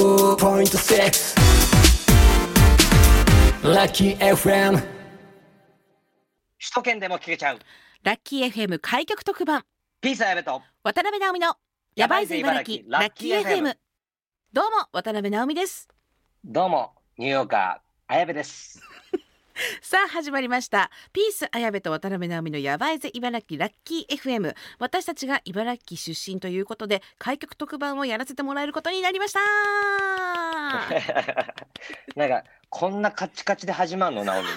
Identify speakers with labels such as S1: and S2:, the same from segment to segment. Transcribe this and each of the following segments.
S1: 98.194.6ラッキー FM
S2: 首都圏でも聞けちゃう
S3: ラッキー FM 開局特番
S2: ピースやべと
S3: 渡辺直美のやばいぜ茨城ラッキー FM どうも渡辺直美です
S2: どうもニューヨーカー綾部です
S3: さあ始まりましたピース綾部と渡辺直美のやばいぜ茨城ラッキー FM 私たちが茨城出身ということで開局特番をやらせてもらえることになり ました
S2: なんかこんなカチカチで始まるのなおみ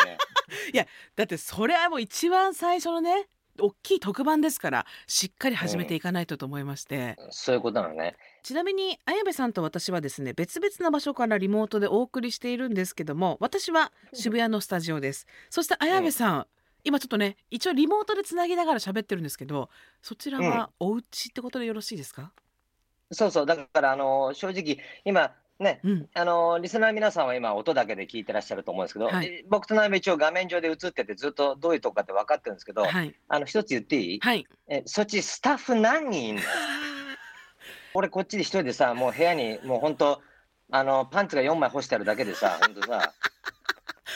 S2: ね
S3: だってそれはもう一番最初のね大きい特番ですからしっかり始めていかないとと思いまして、
S2: そういうことなのね
S3: ちなみに綾部さんと私はですね別々な場所からリモートでお送りしているんですけども私は渋谷のスタジオですそして綾部さん、今ちょっとね一応リモートでつなぎながら喋ってるんですけどそちらはお家ってことでよろしいですか、
S2: そうそうだからあのー正直今ね
S3: うん、
S2: あのーリスナーの皆さんは今音だけで聞いてらっしゃると思うんですけど、
S3: はい
S2: え僕と並べ一応画面上で映っててずっとどういうとこかって分かってるんですけど、
S3: はい
S2: あの一つ言っていい、
S3: はい
S2: えそっちスタッフ何人い んの俺こっちで一人でさもう部屋にもうほんとあのパンツが4枚干してあるだけでさほんと さ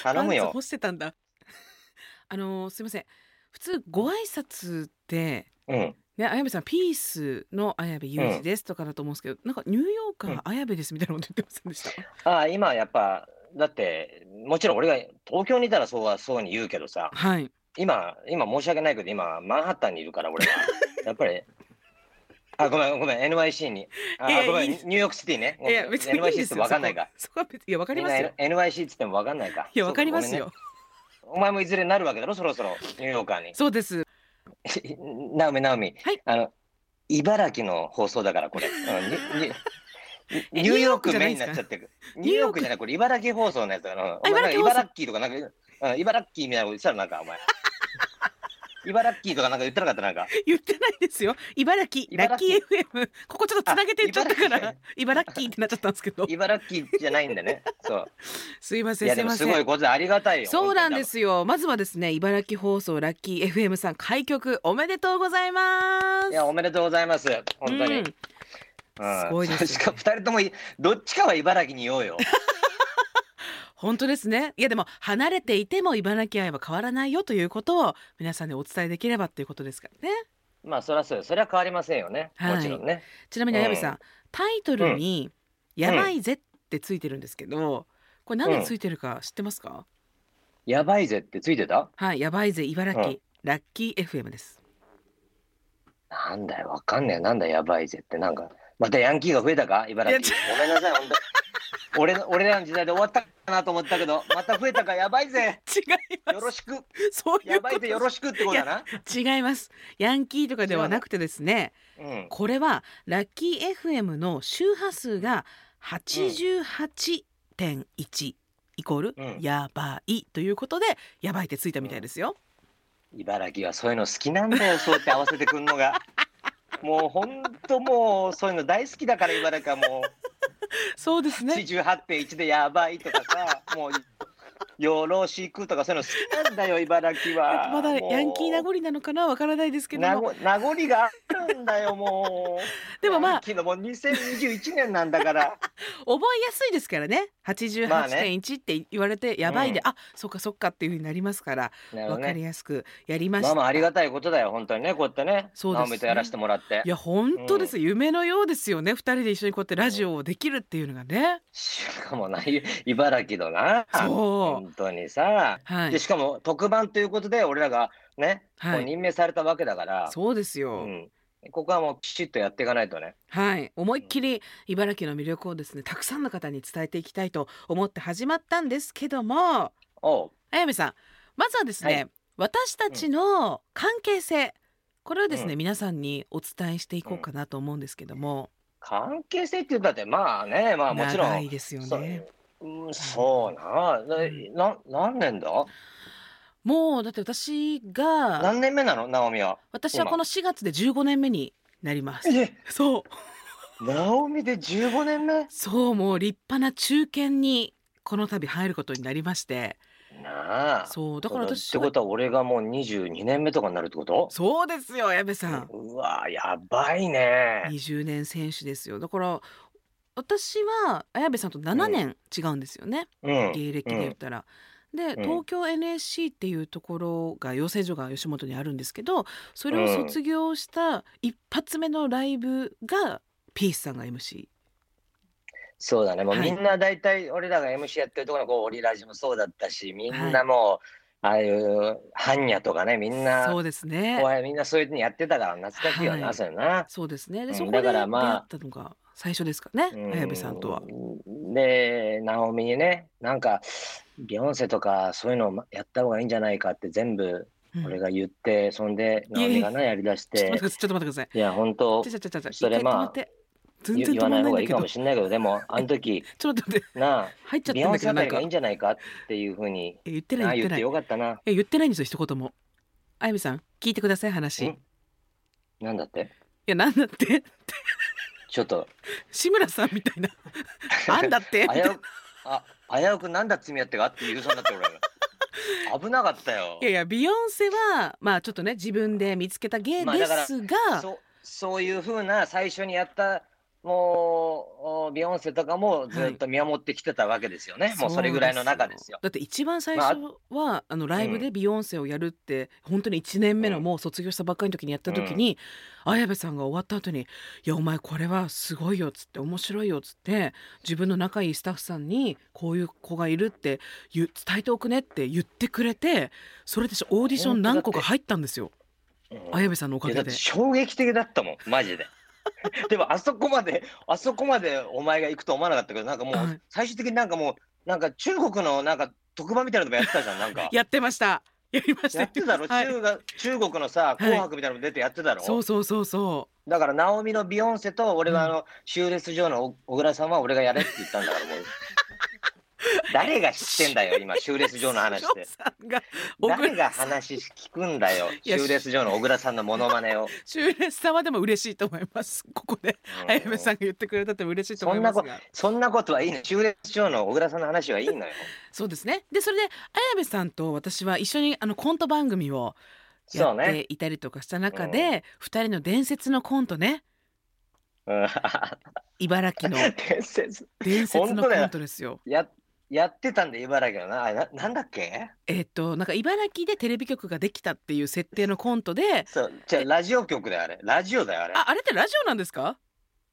S2: 頼む
S3: パンツ
S2: よ
S3: 干してたんだ あのーすいません普通ご挨拶って
S2: うん
S3: ね、綾部さんピースの綾部裕二ですとかだと思うんですけど、なんかニューヨーカー綾部ですみたいなこと言ってませんでした、
S2: ああ今やっぱだってもちろん俺が東京にいたらそうはそうに言うけどさ
S3: はい
S2: 今今申し訳ないけど今マンハッタンにいるから俺 はやっぱりあごめんごめん NYC にあ、
S3: いやいや
S2: ごめ
S3: い
S2: ん
S3: い
S2: ニューヨークシティねご
S3: い
S2: めん
S3: や別にいいん
S2: NYC
S3: で
S2: っ
S3: す
S2: て
S3: よ
S2: 分かんないか
S3: そこはそこは別いやわかり
S2: みん
S3: ま
S2: な
S3: すよ
S2: NYC っつっても分かんないか
S3: いやわかります
S2: そうごめんね
S3: よ、
S2: お前もいずれなるわけだろそろそろニューヨーカーに
S3: そうです
S2: なおみなおみ、
S3: はい
S2: あの茨城の放送だから これ、うんににニューヨークメインになっちゃってるニュ
S3: ニュ
S2: ー
S3: ー
S2: ヨ
S3: ヨ
S2: ーク
S3: ーク
S2: じゃないこれ茨城放送のやつだなお前なんか
S3: 茨城放送
S2: 茨城とかなんか、うん、茨城みたいなことしたらなんかお前 茨城とかなんか言ってなかったなんか
S3: 言ってないですよ茨城ラッキー FM ここちょっとつなげて言っちゃったか
S2: あ
S3: ら茨城ってなっちゃったんですけど
S2: 茨城じゃないんだねそう
S3: すいま
S2: い
S3: せん
S2: や
S3: す
S2: で
S3: い
S2: も
S3: ますせ
S2: ごい
S3: ん
S2: ことでありがたいよ
S3: そうなんで
S2: 本
S3: すよまずはですね茨城放送ラッキー FM さん開局おめでとうございま
S2: 当
S3: す
S2: にいやおめでとうございます本当に、
S3: うんすごいですね
S2: しかも二人ともいどっちかは茨城にいようよ
S3: 本当ですねいやでも離れていても茨城愛は変わらないよということを皆さんにお伝えできればということですからね
S2: まあそりゃそうよそれは変わりませんよね、
S3: はい
S2: もちろんね
S3: ちなみに
S2: うん
S3: 綾部さん、タイトルに「やばいぜ」ってついてるんですけど、これなんでついてるか知ってますか、
S2: やばいぜってついてた
S3: はいやばいぜ茨城、
S2: うん
S3: ラッキー FM です
S2: なんだよわかんねえなんだやばいぜってなんかまたヤンキーが増えたか茨城ごめんなさい本当俺の俺らの時代で終わったかなと思ったけどまた増えたかやばいぜ
S3: 違い
S2: よろ
S3: し
S2: しく
S3: くそうい
S2: や
S3: うこ
S2: ば
S3: と
S2: いぜよろしくってことだな
S3: 違いますヤンキーとかではなくてですね
S2: うん
S3: これはラッキー FM の周波数が88.1イコール
S2: うん
S3: やばいということでやばいってついたみたいですよ。
S2: 茨城はそういうの好きなんだよそうやって合わせてくんのがもうほんともうそういうの大好きだから茨城はも
S3: そうです
S2: う
S3: ね。
S2: 88.1でやばいとか さもうよろしくとかそういうの好きなんだよ茨城は
S3: まだヤンキー名
S2: もう
S3: 残なのかなわからないですけ
S2: 名
S3: ども
S2: 残名残があるんだよもう
S3: でもまあ
S2: 昨日もう2021年なんだから
S3: 覚えやすいですからね
S2: まあね
S3: 88.1って言われてやばいで、あそっかそっかっていうふうになりますから
S2: なるほ
S3: わ
S2: ど
S3: かり
S2: ね
S3: やすくやりまし
S2: まあ
S3: た。
S2: まあありがたいことだよ本当にねこうやってね
S3: そうです
S2: 直
S3: ね
S2: 美とやらせてもらって
S3: いや本当です、夢のようですよね二人で一緒にこうやってラジオをできるっていうのがね。
S2: しかもな茨城のな
S3: そう
S2: 本当にさ、
S3: は
S2: で
S3: い
S2: しかも特番ということで俺らがね、こう
S3: はい
S2: 任命されたわけだから
S3: そうですよ。
S2: うん、ここはもうきちっとやっていかないとね
S3: はい、思いっきり茨城の魅力をですねたくさんの方に伝えていきたいと思って始まったんですけども
S2: おう
S3: 綾部さんまずはですね、
S2: はい
S3: 私たちの関係性、これをですね、
S2: う
S3: 皆さんにお伝えしていこうかなと思うんですけども、
S2: 関係性って言ったってまあねまあもちろん
S3: 長いですよね
S2: そう,、うん、そうななな何年だ
S3: もうだって私が
S2: 何年目なの直美は
S3: 私は
S2: 今
S3: この4月で15年目になります
S2: え
S3: そう
S2: ナオミで15年目
S3: そうもう立派な中堅にこの度入ることになりまして
S2: なあ。
S3: そうだから私
S2: ってことは俺がもう22年目とかになるってこと
S3: そうですよ矢部さん
S2: うわやばいね。
S3: 20年選手ですよだから私は綾部さんと7年違うんですよね、
S2: うん。
S3: 芸歴で言ったら。で
S2: うん
S3: 東京 NSC っていうところが養成所が吉本にあるんですけどそれを卒業した一発目のライブがピースさんが MC
S2: そうだね。もう
S3: はい
S2: みんな大体俺らが MC やってるところのこうオリラジもそうだったし、みん
S3: は
S2: なもう、ああいう般若とかね、みんな
S3: そうですね
S2: 怖いみんなそういうのやってたから懐かしいよな、
S3: はい
S2: そういうのな。
S3: そうですねで
S2: うん
S3: そこ
S2: だ
S3: で出
S2: か
S3: 会
S2: ら
S3: っ
S2: まあ
S3: たのが最初ですかね
S2: うん
S3: 綾部さんとは。。
S2: で、ナオミにね、なんか、ビヨンセとかそういうのをやった方がいいんじゃないかって全部
S3: うん
S2: 俺が言って、そんで、ナオミがな、やりだし
S3: ちょ
S2: て
S3: っと待ってく、ださいちょっと待ってください。
S2: いや、本当
S3: ちょちょちょちょ
S2: それ
S3: 一回止
S2: まあ
S3: って全
S2: 言
S3: 然
S2: 言
S3: 止
S2: わ
S3: ま
S2: なんい方が
S3: ないんだ
S2: いい
S3: け
S2: か
S3: ど
S2: も
S3: ちょ
S2: しれないけど、で も、あの時、
S3: っと待って
S2: なあ、
S3: 入っちゃっ
S2: ビ
S3: たん
S2: ヨ
S3: だ
S2: ン
S3: け
S2: セ
S3: ど
S2: あた
S3: な
S2: り
S3: ん
S2: が
S3: か
S2: いいんじゃないかっていうふうに、
S3: え言って
S2: な
S3: な
S2: あ
S3: い言
S2: 言っ
S3: ってな
S2: て
S3: い
S2: よかったな。
S3: え言ってないんですよ一言もあやみさん聞いてください
S2: ん
S3: 話い
S2: なんだって
S3: やなんだって
S2: ちょっと、
S3: 志村さんみた いななんだってみ
S2: 危
S3: たいないう
S2: く、あ、危うくなんだ罪やってかって言いそうになって俺 が。危なかったよ。
S3: やいやビヨンセはまあちょっとね自分で見つけた芸
S2: まあ
S3: で
S2: だから
S3: すが、
S2: そそういうふうな最初にやったもうおビヨンセとかもずっと見守ってきてたわけですよね、もうそれぐらいの中ですよ。
S3: だって一番最初は、あ、のライブでビヨンセをやるって、本当に1年目の
S2: うん
S3: もう卒業したばっかりの時にやった時に、綾部さんが終わった後に「いやお前これはすごいよ」っつって「面白いよ」っつって自分の仲いいスタッフさんにこういう子がいるって言う伝えておくねって言ってくれてそれで私オーディション何個か入ったんですよ
S2: うん
S3: 綾部さんのおか
S2: いやだ
S3: げ
S2: って
S3: で。
S2: 衝撃的だったもんマジ で。でもあそこまであそこまでお前が行くと思わなかったけどなんかも
S3: は
S2: う
S3: い
S2: 最終的になんかもうなんか中国のなんか特番みたいなのもやってたじゃんなんか。
S3: やってましたやりました
S2: やってたろ、
S3: はい
S2: 中が中国のさ「紅白」みたいなの出てやってたろ、
S3: そうそうそうそ
S2: だからナオミのビヨンセと俺は
S3: う
S2: あ
S3: ん
S2: の修列場の小倉さんは俺がやれって言ったんだからも う誰が知ってんだよ今修列
S3: う
S2: 場の話って
S3: 翔さんが小倉
S2: 誰が話聞くんだよ
S3: いや
S2: 修列場の小倉さんのモノマネを、
S3: 修練さんはでも嬉しいと思います。ここで
S2: うん
S3: 綾部さんが言ってくれたって嬉しいと思いますが。
S2: そんそんなことはいいの修列場の小倉さんの話はいいのよ
S3: そうですね。でそれで綾部さんと私は一緒にあのコント番組をや
S2: そう
S3: っ
S2: ね
S3: ていたりとかした中で、二、人の伝説のコントね、
S2: うん
S3: 茨城の
S2: 伝説
S3: 伝説の
S2: 本当だよ
S3: コントですよ。
S2: ややってたんで茨城のなあれななんだっけ
S3: えっ、となんか茨城でテレビ局ができたっていう設定のコントで、
S2: そうじゃあラジオ局だよあれラジオだよあれ
S3: ああれってラジオなんですか？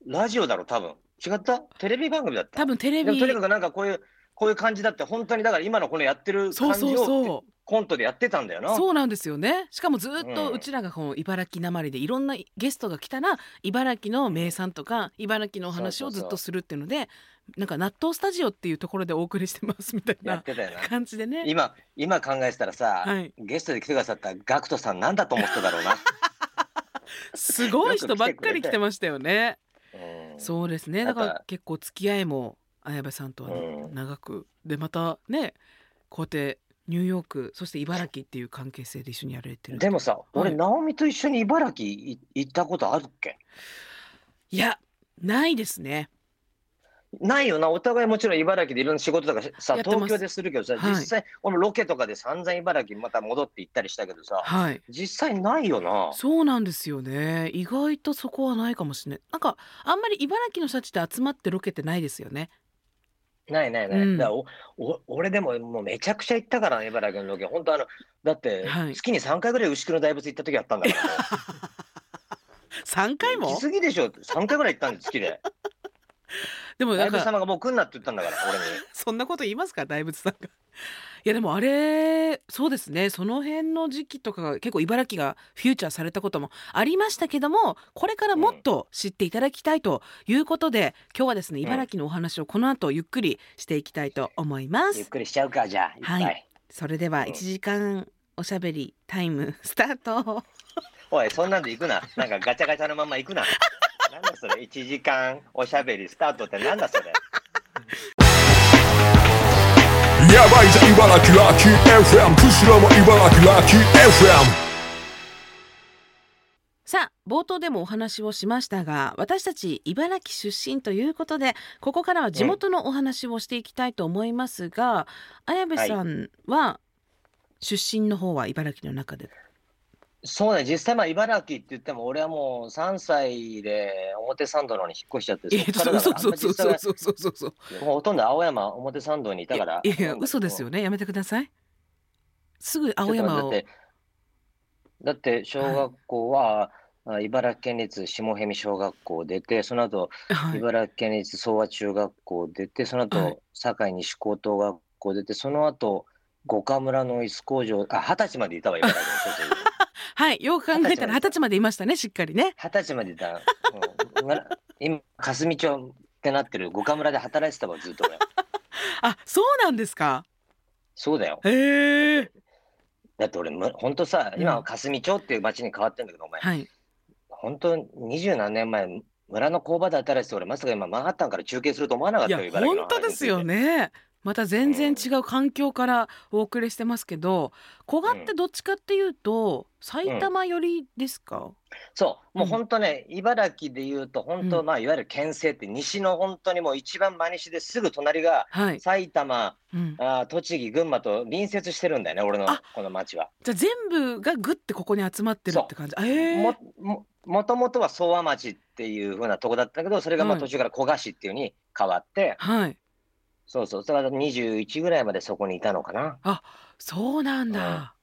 S2: ラジオだろ多分違ったテレビ番組だった
S3: 多分テレ
S2: で
S3: ビ
S2: もとにかくなんかこういうこういう感じだって本当にだから今のこのやってる
S3: そう
S2: 感じ
S3: そう
S2: を
S3: そう。
S2: コントでやってたんだよな。
S3: そうなんですよねしかもずっと
S2: うん
S3: うちらがこの茨城なまりでいろんなゲストが来たら茨城の名産とか茨城のお話
S2: そうそう
S3: をず
S2: そ
S3: っ
S2: う
S3: とするっていうのでなんか納豆スタジオっていうところでお送りしてますみたい
S2: やっ
S3: な
S2: てたよな。
S3: 感じでね
S2: 今今考えてたらさ、
S3: はい
S2: ゲストで来てくださったガクトさんなんだと思ってただろう な。
S3: すごい人ばっかり来てましたよね
S2: うん
S3: そうですね
S2: な
S3: だ
S2: んか
S3: から結構付き合いも綾部さんとは
S2: うん
S3: 長くでまたねこうやってニューヨークそして茨城っていう関係性で一緒にやられてる
S2: でもさ、俺
S3: はい
S2: 直美と一緒に茨城い行ったことあるっけ
S3: いやないですね
S2: ないよなお互いもちろん茨城でいろんな仕事とかさ
S3: やってます
S2: 東京でするけどさ、
S3: はい
S2: 実際俺もロケとかで散々茨城また戻って行ったりしたけどさ
S3: はい
S2: 実際ないよな。
S3: そうなんですよね意外とそこはないかもしれないなんかあんまり茨城の人たちって集まってロケってないですよね
S2: ないないない。
S3: うん
S2: だからおお俺でももうめちゃくちゃ行ったからね、茨城のロケ。本当あの、だって
S3: はい
S2: 月に3回ぐらい牛久の大仏行った時あったんだから、ね。
S3: 3回
S2: 行
S3: も
S2: き過ぎでしょ。3回ぐらい行ったんで月 で。
S3: でもな
S2: 大
S3: ん
S2: 仏
S3: か
S2: 様がもう来んなって言ったんだから、 俺に。
S3: そんなこと言いますか大仏さんがいやでもあれそうですねその辺の時期とかが結構茨城がフューチャーされたこともありましたけどもこれからもっと知っていただきたいということで、今日はですね
S2: うん
S3: 茨城のお話をこの後ゆっくりしていきたいと思います、
S2: ゆっくりしちゃうか、じゃあ。いっぱい。
S3: はいそれでは
S2: うん
S3: 1時間おしゃべりタイムスタート
S2: おい、そんなんで行くな。なんかガチャガチャのまま行くな。 なんだそれ、1時間おしゃべりスタートってなんだそれ。
S4: やばいぜ茨城ラッキー FM くしろも茨城ラッキー FM
S3: さあ冒頭でもお話をしましたが私たち茨城出身ということでここからは地元のお話をしていきたいと思いますが、綾部さんは出身の方は茨城の中で。
S2: そうね、実際、まあ、茨城って言っても、俺はもう3歳で表参道の方に引っ越しちゃって、
S3: え
S2: そっからだ
S3: 嘘
S2: から、あんま
S3: 嘘
S2: 実
S3: 嘘
S2: 際は
S3: 嘘嘘嘘嘘。
S2: もうほとんど青山、表参道にいたから。
S3: いやいや嘘ですよね。やめてください。すぐ青山を
S2: だって、だって小学校は、あ茨城県立下辺見小学校出て、その後、
S3: はい
S2: 茨城県立総和中学校出て、その後、
S3: はい
S2: 堺西高等学校出て、その後、五箇村の椅子工場、あ、二十歳までいたわ、茨城の卒業
S3: はいよく考えたら二十歳までいましたねしっかりね。
S2: 二十歳までいた。うん村今、霞町ってなってる五箇村で働いてたわ、ずっと俺。
S3: あそうなんですか。
S2: そうだよ。
S3: へえ。
S2: だって俺、むほんとさ、今
S3: う
S2: は
S3: ん
S2: 霞町っていう町に変わってんだけど、お前。
S3: はい。
S2: 本当二十何年前村の工場で働いてて俺まさか今マンハッタンから中継すると思わなかっ
S3: い
S2: た
S3: や
S2: よ茨城の
S3: 本
S2: 話
S3: 当ですよね。また全然違う環境からお送りしてますけど、古賀ってどっちかっていうと埼玉寄りですか。
S2: そうもううん本当ね、茨城でいうと本当、
S3: うん
S2: まあいわゆる県政って西の本当にもう一番真西ですぐ隣が
S3: はい。
S2: 埼玉
S3: うん。
S2: あー栃木群馬と隣接してるんだよね俺の
S3: あ
S2: この町は
S3: じゃあ全部がグってここに集まってるって感じ。ええ
S2: も。ももともとは総和町っていうふうなとこだったけどそれがまあ
S3: はい
S2: 途中から古賀市っていうに変わって、
S3: はい。
S2: そうそうそれが21ぐらいまでそこにいたのかな、
S3: そうなんだ。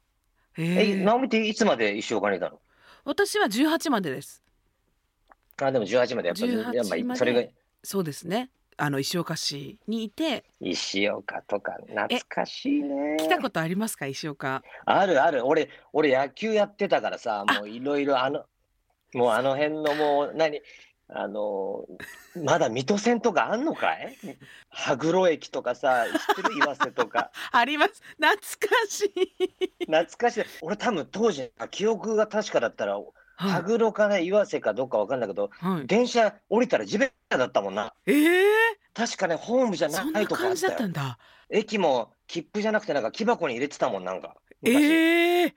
S3: え
S2: え
S3: え。
S2: 直美っていつまで一生にいたの
S3: 私は十八までです。
S2: あでも18までやっぱりやっぱ
S3: 18ま
S2: り
S3: で
S2: それが
S3: そうですね。あの石岡市にいて、
S2: 石岡とか懐かしいね。
S3: 来たことありますか、石岡。
S2: あるある俺俺野球やってたからさもういろいろあのもうあの辺のもう何あのまだ水戸線とかあんのかい羽黒駅とかさ知ってる岩瀬と か
S3: あります。懐かしい。
S2: 懐かしい俺多分当時記憶が確かだったら
S3: は
S2: 羽
S3: い。
S2: 黒かね岩瀬かどっかわかんないけど
S3: はい、
S2: 電車降りたら地べただったもんな
S3: ええ
S2: 確かねホームじゃ
S3: そん
S2: な
S3: ない
S2: とこあ
S3: 感
S2: っ
S3: じだったた
S2: よ
S3: んだ。
S2: 駅も切符じゃなくてなんか木箱に入れてたもんなんか昔
S3: ええ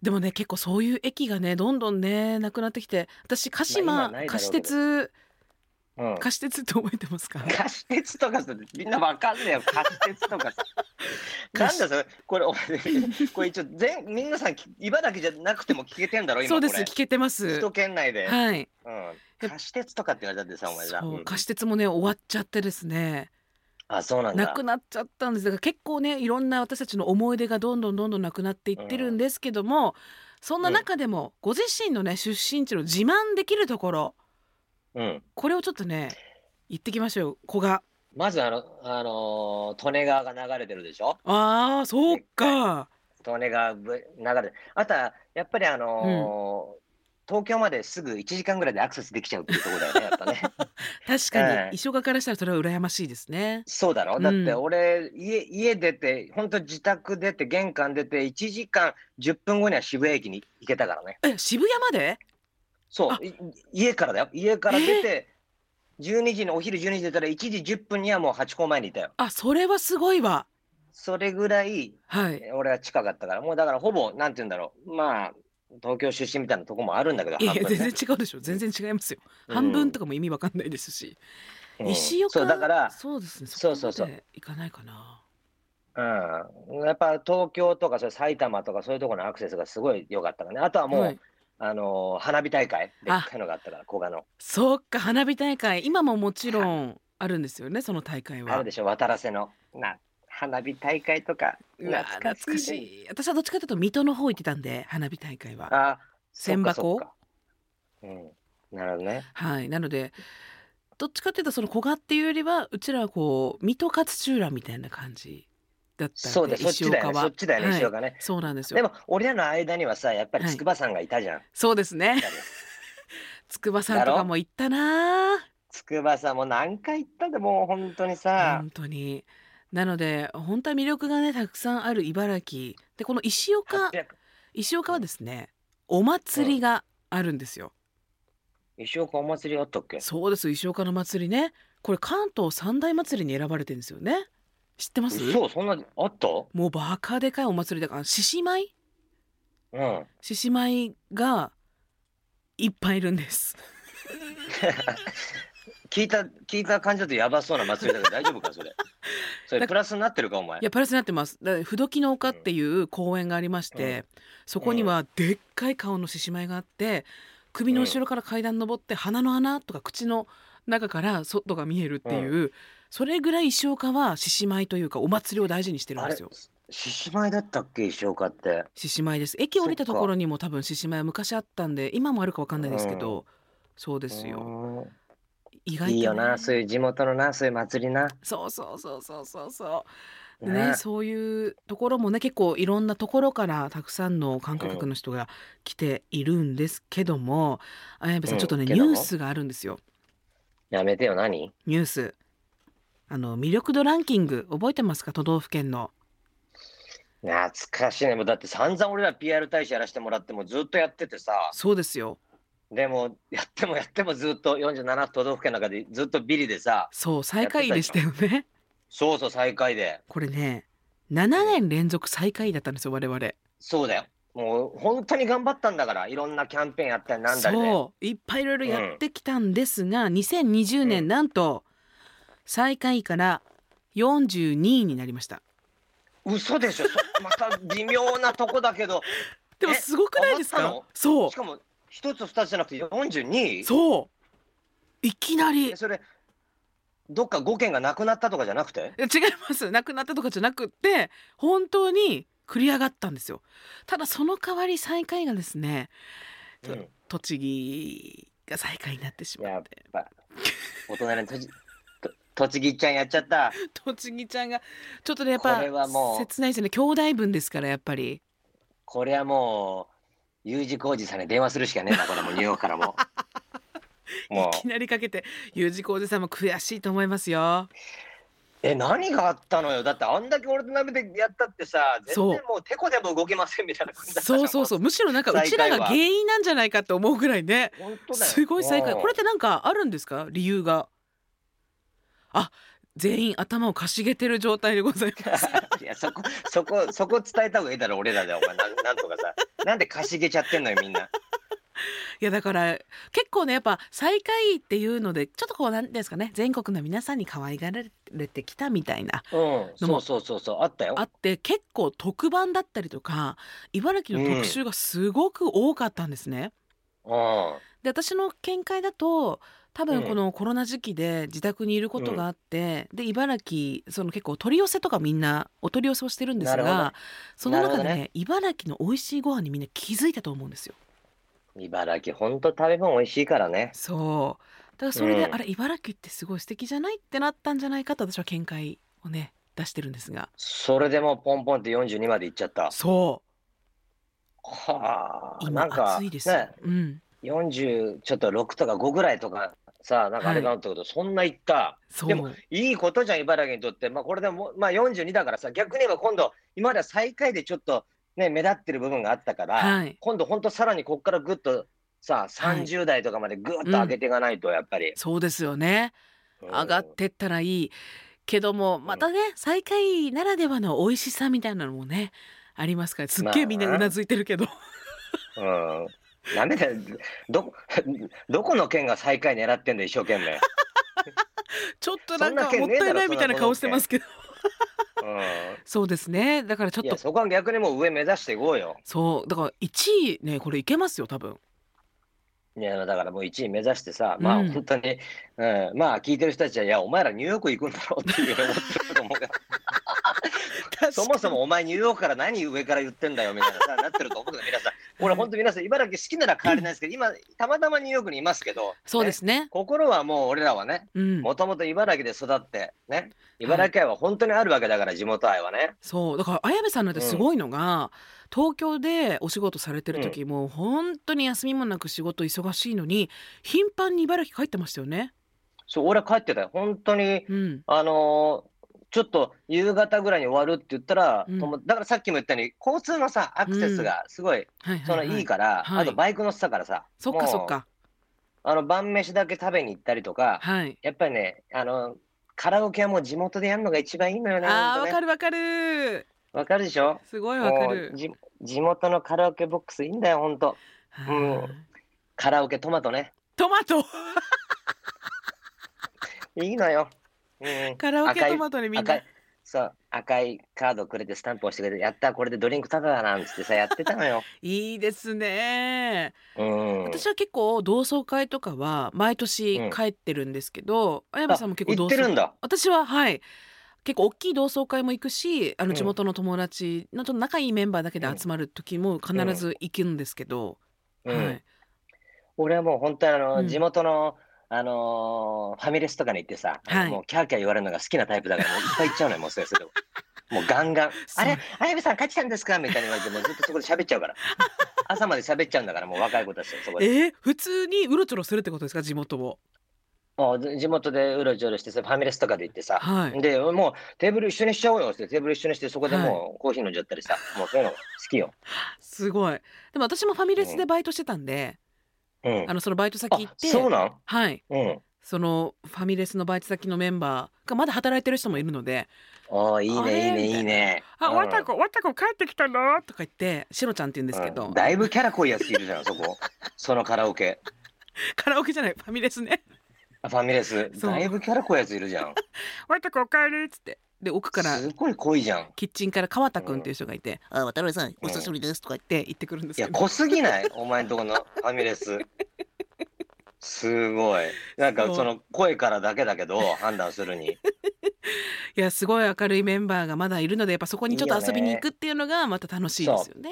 S3: でもね結構そういう駅がねどんどんねなくなってきて私鹿
S2: まあ
S3: 島、
S2: 今ないだろうけど
S3: 貸し鉄
S2: うん
S3: 貸し鉄って覚えてますか
S2: 貸し鉄とかさ、みんなわかんねえよ、貸し鉄とか さ。なんだそれ、これ、お前 これ一応全、皆さん、茨城じゃなくても聞けてんだろ、今
S3: そうです
S2: これ
S3: 聞けてます
S2: 首都圏内で、
S3: はい
S2: うん。貸し鉄とかって言われたってさ、お前さ。
S3: そううん貸し鉄もね終わっちゃってですね
S2: あ、そうなんだ。
S3: なくなっちゃったんですが結構ねいろんな私たちの思い出がどんどんどんどんなくなっていってるんですけども、そんな中でもご自身のね出身地の自慢できるところ
S2: うん。
S3: これをちょっとね言ってきましょう古賀
S2: まず、あの、あのー、利根川が流れてるでしょ
S3: あーそうか
S2: 利根川ぶ流れてる。あとは、やっぱりあのー東京まですぐ1時間ぐらいでアクセスできちゃうっていうところだよね、やっぱね。
S3: 確かに、
S2: ええ
S3: 石岡からしたらそれは羨ましいですね
S2: そうだ
S3: う
S2: ろ
S3: ん
S2: だって俺、家家出て、本当自宅出て、玄関出て、1時間10分後には渋谷駅に行けたからね。
S3: え渋谷まで
S2: そ
S3: あ
S2: う、い家からだよ。家から出て、12時のお昼12時出たら1時10分にはもう八公前にいたよ。
S3: あそれはすごいわ
S2: それぐらい
S3: はい
S2: 俺は近かったから、もうだからほぼ、なんて言うんだろう。まあ、東京出身みたいなとこもあるんだけど、
S3: いや
S2: 半分ね
S3: 全然違うでしょ全然違いますよ、
S2: うん
S3: 半分とかも意味わかんないですし、
S2: うん
S3: 石岡
S2: そう、だから、
S3: そうですね
S2: そ
S3: そう
S2: そうそう
S3: こまで行かないかな
S2: うん、やっぱ東京とかそれ埼玉とかそういうところのアクセスがすごい良かったからね。あとはもう、
S3: はい
S2: あのー花火大会でっかいのがあったから古賀の
S3: そうか花火大会今ももちろんあるんですよねその大会
S2: あ
S3: は
S2: るでしょ渡らせのな花火大会とか
S3: うわ懐
S2: 懐
S3: か
S2: か
S3: し
S2: しいね
S3: い私はどっちかというと水戸の方行ってたんで花火大会は
S2: あ
S3: 千葉
S2: そっ
S3: 港
S2: かそっかうんなるほどね
S3: はいなのでどっちかというとその古賀っていうよりはうちらはこう水戸勝中らみたいな感じだったんで
S2: そうだよそっちだよね
S3: は
S2: そっちだよね
S3: はい
S2: 石岡ね
S3: そうなんです
S2: で
S3: よ
S2: も俺らの間にはさやっぱり
S3: はい
S2: 筑波山がいたじゃん
S3: そうですね
S2: 誰
S3: 筑波さんとかも行ったなあ
S2: 筑波山もう何回行ったでもう本当にさ
S3: 本当になので本当は魅力がねたくさんある茨城でこの石岡
S2: 800
S3: 石岡はですねお祭りがあるんですよ、
S2: 石岡お祭りあったっけ
S3: そうです石岡の祭りねこれ関東三大祭りに選ばれてるんですよね知ってます
S2: そうそんなあった
S3: もうバカでかいお祭りだから獅子舞
S2: うん
S3: 獅子舞がいっぱいいるんです
S2: 聞いた、聞いた感じだとやばそうな祭りだけど大丈夫か、 それ。それプラスになってるか、お前
S3: い。やプラスになってますだから不動の丘っていう公園がありまして、そこにはでっかい顔の獅子舞があって首の後ろから階段登って鼻の穴とか口の中から外が見えるっていう、それぐらい石岡は獅子舞というかお祭りを大事にしてるん
S2: あ
S3: で
S2: れ
S3: すよ、
S2: 獅子舞だったっけ、石岡って。
S3: 獅子舞です駅降りたところにも多分獅子舞は昔あったんで今もあるかわかんないですけど、そうですよ
S2: よ。
S3: 意外と、ね、
S2: いいよな、そういう地元のな、そういう祭りな。
S3: そうそうそうそうそうそうでね
S2: ね
S3: そういうところもね結構いろんなところからたくさんの観光客の人が来ているんですけども、綾部さん
S2: うん
S3: ちょっとね、
S2: け
S3: ニ
S2: ども
S3: ュースがあるんですよ
S2: やめてよ、何
S3: ニュースあの魅力度ランキング覚えてますか都道府県の
S2: 懐かしいね。もうだって散々俺ら PR 大使やらせてもらってもずっとやっててさ。
S3: そうですよ
S2: でも、やってもやってもずっと47都道府県の中でずっとビリでさ。
S3: そう最下位でしたよね
S2: そうそう、最下位で。
S3: これね7年連続最下位だったんですよ我々
S2: そうだよ。もう本当に頑張ったんだから、いろんなキャンペーンやったりなんだりで。
S3: そういっぱいいろいろやってきたんですが、2020年、
S2: うん
S3: なんと最下位から42位になりました
S2: 嘘でしょそまた微妙なとこだけど
S3: でも
S2: え
S3: すごくないです
S2: 上が
S3: か
S2: ったの
S3: そう
S2: しかも一つ二つじゃなくて 42?
S3: そういきなり
S2: えそれどっか5件がなくなったとかじゃなくて
S3: いや違いますなくなったとかじゃなくって本当に繰り上がったんですよただその代わり最下位がですねそう
S2: うん
S3: 栃木が最下位になってしま
S2: や
S3: っ
S2: ってぱお隣のとじと栃木ちゃんやっちゃった
S3: 栃木ちゃんがちょっとねやっぱ
S2: これはもう
S3: 切ないですよね兄弟分ですからやっぱり
S2: これはもう U 字工事さんに電話するしかねえなこれもうニューヨークから もも
S3: いうきなりかけて U 字工事さんも悔しいと思います よ
S2: え何があったのよだってあんだけ俺と並べてやったってさ全然
S3: そう
S2: もうてこでも動けませんみたいな感じだったじゃん
S3: そうそうそうむしろなんかう
S2: 最
S3: ち
S2: 下位は
S3: らが原因なんじゃないかって思うぐらいね
S2: 本当だよ
S3: すごい最下位
S2: うん
S3: これって なんかあるんですか理由があ全員頭をかしげてる状態でござい ます
S2: いやそこそこそこ伝えた方がいいだろ俺らでお前なんなんとかさなんでかしげちゃってんのよみんない
S3: やだから結構ねやっぱ最下位っていうのでちょっとこうなんていうんですかね全国の皆さんに可愛がられてきたみたいな
S2: うん
S3: でも
S2: そうそうそうそうあったよ
S3: あって結構特番だったりとか茨城の特集がすごく多かったんですね。
S2: うん
S3: で私の見解だと多分このコロナ時期で自宅にいることがあって、で茨城その結構取り寄せとかみんなお取り寄せをしてるんです
S2: なるほ
S3: が
S2: ど
S3: その中で
S2: なる
S3: ね
S2: ほど
S3: 茨城の美味しいご飯にみんな気づいたと思うんですよ。
S2: 茨城ほんと食べ物美味しいからね
S3: そうだからそれで、
S2: うん
S3: あれ茨城ってすごい素敵じゃないってなったんじゃないかと私は見解をね出してるんですが
S2: それでもうポンポンって42までいっちゃった
S3: そ
S2: は
S3: う
S2: あな
S3: 今
S2: んか
S3: 暑いですよ、
S2: ね
S3: うん
S2: 40ちょっと6とか5ぐらいとかさなんかあれがあったけど、そんないった
S3: そ
S2: でも
S3: う
S2: いいことじゃん茨城にとってまあこれでもまあ42だからさ逆に言えば今度今までは最下位でちょっとね目立ってる部分があったから、
S3: はい
S2: 今度本当さらにここからぐっとさ30代とかまでぐっと上げていかないとやっぱり、
S3: そうですよね
S2: うん
S3: 上がってったらいいけどもまたね最下位ならではの美味しさみたいなのもねありますからすっげえみんなうなずいてるけど
S2: うんダメだよど どこの県が最下位狙ってんだ一生懸命、
S3: ちょっとなん
S2: そ
S3: か
S2: んな
S3: も
S2: 県
S3: っ
S2: ねえだ
S3: た
S2: ろ
S3: いないみたいな顔してますけど
S2: う
S3: そうですねだからちょ
S2: ん、い
S3: っ
S2: や
S3: と
S2: そこは逆にもう上目指していこうよ
S3: そうだから1位ねこれいけますよ多分
S2: いやだからもう1位目指してさまあ
S3: うん
S2: 本当に、うんまあ聞いてる人たちはいやお前らニューヨーク行くんだろうっていうふうに思ってると思 うけどそもそもお前ニューヨークから何上から言ってんだよみたいなさなってると思うけど皆さんこれ本当皆さん茨城好きなら変わりないですけど今たまたまニューヨークにいますけど
S3: そうで
S2: ね
S3: すね
S2: 心はもう俺らはね
S3: うん
S2: もともと茨城で育ってね茨城愛は本当にあるわけだから地元愛はね
S3: そうだから綾部さんなんてすごいのが、東京でお仕事されてる時も、本当に休みもなく仕事忙しいのに頻繁に茨城帰ってましたよね
S2: そう俺は帰ってたよ本当に
S3: うん
S2: あのーちょっと夕方ぐらいに終わるって言ったら、
S3: うん
S2: ともだからさっきも言ったように交通のさアクセスがすごい、
S3: はい
S2: そ
S3: は
S2: の
S3: いはい
S2: いいから、
S3: はい
S2: あとバイク乗ってたからさ
S3: そっかそっ
S2: もう
S3: か
S2: あの晩飯だけ食べに行ったりとか、
S3: はい
S2: やっぱりねあのカラオケはもう地元でやるのが一番いいのよね
S3: あー
S2: ほんと
S3: わ
S2: ね
S3: かるわかる
S2: わかるでしょ
S3: すごいわか
S2: もう
S3: る
S2: じ地元のカラオケボックスいいんだよほんと
S3: はい
S2: うんカラオケトマトね
S3: トマト
S2: いいのよ。うん、
S3: カラオケトマトでみん
S2: 赤。
S3: ない
S2: そう赤いカードくれてスタンプ押してくれてやったこれでドリンクタダだなんつってさやってたの よ。
S3: いいですね。
S2: うん、
S3: 私は結構同窓会とかは毎年
S2: うん
S3: 帰ってるんですけど、綾部さんも結構
S2: 行
S3: 同
S2: って
S3: 窓
S2: るんだ。
S3: 私ははい結構大きい同窓会も行くしあ
S2: う
S3: の
S2: ん
S3: 地元の友達のと仲いいメンバーだけで集まる時も必ず行くんですけど、
S2: うん
S3: はい、
S2: 俺はもう本当にあの、
S3: うん
S2: 地元の、あのーファミレスとかに行ってさ、あの
S3: はい
S2: もうキャーキャー言われるのが好きなタイプだからもういっぱい行っちゃうのよもうそれそれでも。 もうガンガン「
S3: そ
S2: あ
S3: う
S2: れ綾部さん帰ってきたんですか?」みたいに言われてもうずっとそこで喋っち ゃうから朝まで喋っちゃうんだからもう若い子たちとそこ
S3: え
S2: で
S3: ー普通にうろちょろするってことですか地元を
S2: もう地元でうろちょろしてそれファミレスとかで行ってさ、
S3: はい
S2: でもうテーブル一緒にしちゃおうよってテーブル一緒にしてそこで
S3: は
S2: もうコーヒー飲んじゃったりさ、もうそういうのが好きよ。
S3: すごいでも私もファミレスでバイトしてたんで、
S2: うん、
S3: あのそのバイト先
S2: あ
S3: 行って
S2: そうなん
S3: はい
S2: うん。
S3: そのファミレスのバイト先のメンバーがまだ働いてる人もいるので
S2: ああいい
S3: あれ
S2: ねいいねい
S3: みたい
S2: い
S3: な
S2: ね。
S3: 「あ
S2: うん
S3: わたこわたこ帰ってきたの?」とか言ってシロちゃんって言うんですけど、
S2: うんだいぶキャラ濃いやついるじゃんそこそのカラオケ
S3: カラオケじゃないファミレスね
S2: ファミレス
S3: そう
S2: だいぶキャラ濃いやついるじゃん
S3: 「わたこお帰り」っつってで奥から
S2: すごい濃いじゃん
S3: キッチンから川田君っていう人がいて「あ渡辺さんお久しぶりです」とか言って行ってくるんで
S2: い
S3: すけ
S2: や
S3: ど、
S2: 濃すぎないお前んとこのファミレ スすごいなんか
S3: そう
S2: その声からだけだけど判断するに
S3: いやすごい明るいメンバーがまだいるのでやっぱそこにちょっと遊びに行くっていうのがまた楽しいですよね。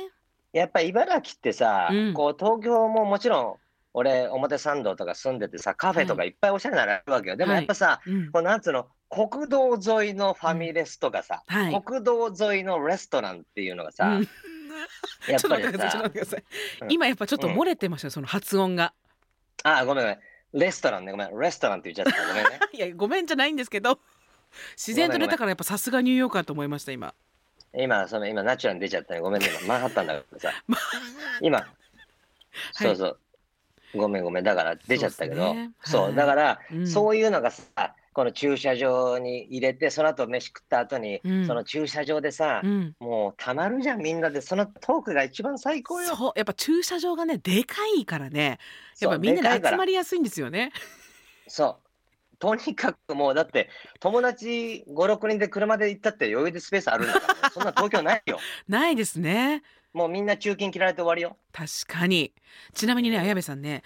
S2: やっぱ茨城ってさ、
S3: うん
S2: こう東京ももちろん俺表参道とか住んでてさカフェとかいっぱいおしゃれなのあるわけよ、でもやっぱさ、
S3: うん
S2: こうなんつうの国道沿いのファミレスとかさ、
S3: はい、
S2: 国道沿いのレストランっていうのがさ、や
S3: うん
S2: っ
S3: ちょっと
S2: ぱ
S3: 待っ
S2: り
S3: てくださいちょっ
S2: さ
S3: と待ってください、
S2: うん
S3: 今やっぱちょっと漏れてましたよその発音が。
S2: あ、ごめんごめん。レストランね、ごめん。レストランって言っちゃった。ごめんね。
S3: いやごめんじゃないんです けど自然と出たからやっぱさすがニューヨーカーと思いました今。
S2: 今、その、今、ナチュラルに出ちゃったね。ごめんね。今、マンハッタンだから さ。今、そうそう。ごめんごめん。だから出ちゃったけ
S3: そう
S2: ど
S3: っすね。
S2: そ
S3: は
S2: う。
S3: い
S2: だから
S3: う、ん
S2: そういうのがさ、この駐車場に入れて、その後飯食った後に、
S3: うん
S2: その駐車場でさ
S3: う、ん
S2: もうたまるじゃん、みんなで。そのトークが一番最高よ。
S3: そうやっぱ駐車場がねでかいからね
S2: そ
S3: やっぱ
S2: う
S3: みんな
S2: かい
S3: で
S2: か
S3: 集
S2: ら
S3: まりやすいんですよね。
S2: そう。とにかくもうだって友達56人で車で行ったって余裕でスペースあるんだから、そんな東京ないよ。
S3: ないですね。
S2: もうみんな中金切られて終わりよ。
S3: 確かにちなみにね綾部さんね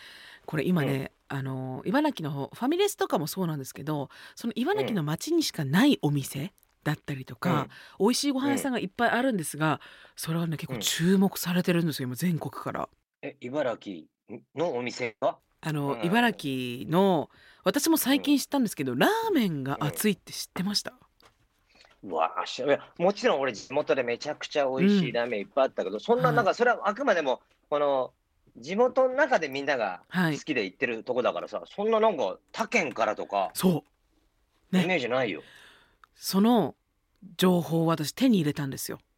S3: これ今ね、あの茨城の方ファミレスとかもそうなんですけどその茨城の町にしかないお店だったりとか、美味しいご飯屋さんがいっぱいあるんですが、それはね結構
S2: うん
S3: 注目されてるんですよ今全国から。
S2: え、茨城のお店が
S3: あの、
S2: うん
S3: 茨城の私も最近知ったんですけど、ラーメンが熱いって知ってました、
S2: うわあしいやもちろん俺地元でめちゃくちゃ美味し
S3: う
S2: い
S3: ん
S2: ラーメンいっぱいあったけど、そんななんかそれはあくまでもこの地元の中でみんなが
S3: は
S2: 好
S3: い
S2: きで行ってるとこだからさ、そんななんか他県からとか
S3: そう
S2: イ
S3: ね
S2: メージないよ。
S3: その情報を私手に入れたんですよ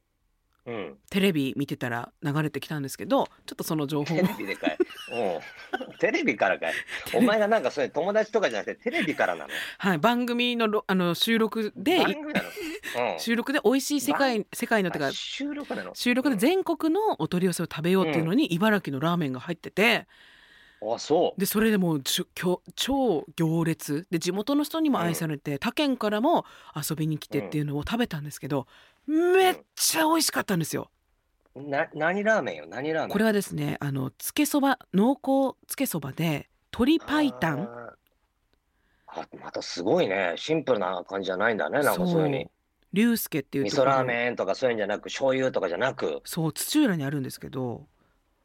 S2: うん、
S3: テレビ見てたら流れてきたんですけどちょっとその情報を
S2: テレビでかい。うん、テレビから かい。お前がなんかそれ友達とかじゃなくてテレビからなの。
S3: はい、番組のろあの収録で
S2: 番組なの。うん
S3: 収録で美味しい世界世界のてか
S2: あ収録なの。
S3: 収録で全国のお取り寄せを食べようっていうのに茨城のラーメンが入ってて
S2: うんあ、そう。
S3: でそれでもうちょきょ超行列で地元の人にも愛されて他県からも遊びに来てっていうのを食べたんですけどめっちゃ美味しかったんですよ。
S2: な、何ラーメンよ、何ラーメン。
S3: これはですねあのつけそば濃厚つけそばで鶏白湯
S2: あー。あまたすごいね。シンプルな感じじゃないんだね。なんかそういうふうに。
S3: 龍介っていう
S2: 味
S3: とこ
S2: 噌
S3: ろ
S2: ラーメンとかそういうんじゃなく、醤油とかじゃなく。
S3: そう土浦にあるんですけど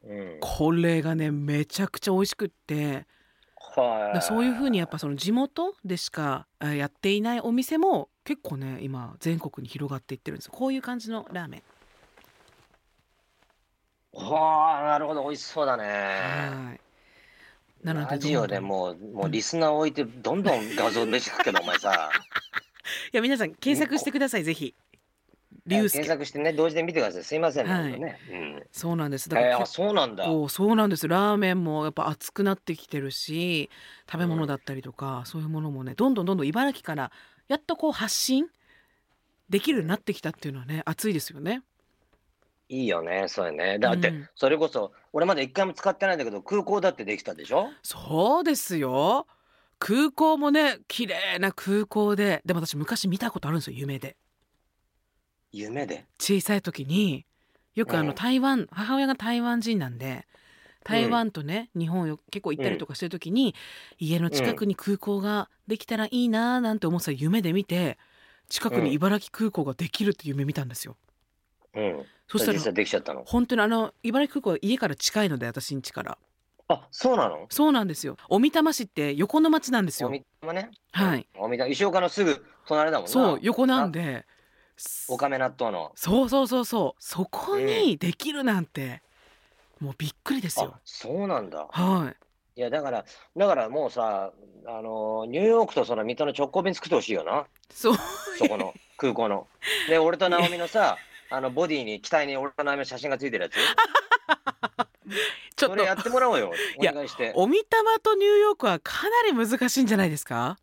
S2: うん、
S3: これがねめちゃくちゃ美味しくってだから
S2: は
S3: そういうふうにやっぱその地元でしかあやっていないお店も結構ね今全国に広がっていってるんですよこういう感じのラーメン
S2: はあ、なるほど、美味しそうだね。
S3: はいなので
S2: ラジオで
S3: どんどん
S2: もう、もうリスナー置いて、どんどん画像出してくけど、お前 さ。
S3: いや皆さん検索してくださいぜひ龍
S2: 検
S3: 介
S2: 索してね、同時で見てください。すいませんね。
S3: はい
S2: 本当ねうん
S3: そうなんですだか
S2: え
S3: ら
S2: ーあ、
S3: 結
S2: そうなんだ。
S3: 構そうなんですラーメンもやっぱ熱くなってきてるし食べ物だったりとか、そういうものもねどんどんどんどん茨城からやっとこう発信できるようになってきたっていうのはね熱いですよね
S2: いいよね、そうやね。だって、
S3: うん
S2: それこそ、俺まだ一回も使ってないんだけど、空港だってできたでしょ
S3: そうですよ空港もね綺麗な空港ででも私昔見たことあるんですよ夢で
S2: 夢で。
S3: 小さい時によくあ
S2: う
S3: の
S2: ん
S3: 台湾、母親が台湾人なんで台湾とね、日本を結構行ったりとかしてる時に、家の近くに空港ができたらいいなーなんて思ってた夢で見て近くに茨城空港ができるって夢見たんですよ。
S2: うん。
S3: そした
S2: 実際
S3: ら
S2: できちゃったの。
S3: 本当にあの茨城空港は家から近いので私ん家から
S2: あ、そうなの。
S3: そうなんですよ小美玉市って横の町なんです
S2: お
S3: よ
S2: みたまね。
S3: はい。
S2: おみたま、石岡のすぐ隣だもんな。
S3: そう横なんで
S2: おかめ納豆の。
S3: そうそうそうそうそこにできるなんて、もうびっくりですよ
S2: あ、そうなんだ。
S3: はい
S2: いや、だから、だからもうさ、あの、ニューヨークとその水戸の直行便作ってほしいよな。
S3: そう
S2: そこ の、空港の。で、俺と直美のさ、あの、ボディに、機体に俺と直美の写真がついてるやつ。
S3: ちょ
S2: そ
S3: っ
S2: れ
S3: と
S2: やってもらおうよ。お
S3: いや
S2: 願いして。
S3: おみたまとニューヨークはかなり難しいんじゃないですか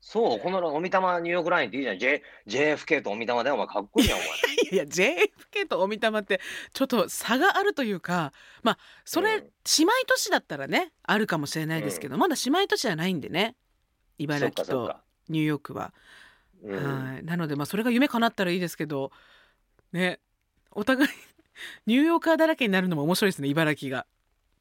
S2: そう、このおみたまニューヨークラインっていいじゃん。J、JFK とおみたまで、お前かっこいいじゃん、お 前。
S3: いや JFK とおみたまってちょっと差があるというかまあそれ、
S2: うん
S3: 姉妹都市だったらねあるかもしれないですけど、まだ姉妹都市じゃないんでね
S2: そ
S3: 茨
S2: っか
S3: 城
S2: そっ
S3: と
S2: か。
S3: ニューヨークは、
S2: うん
S3: はいなのでまあそれが夢叶ったらいいですけどねお互い ニューヨーカーだらけになるのも面白いですね茨城が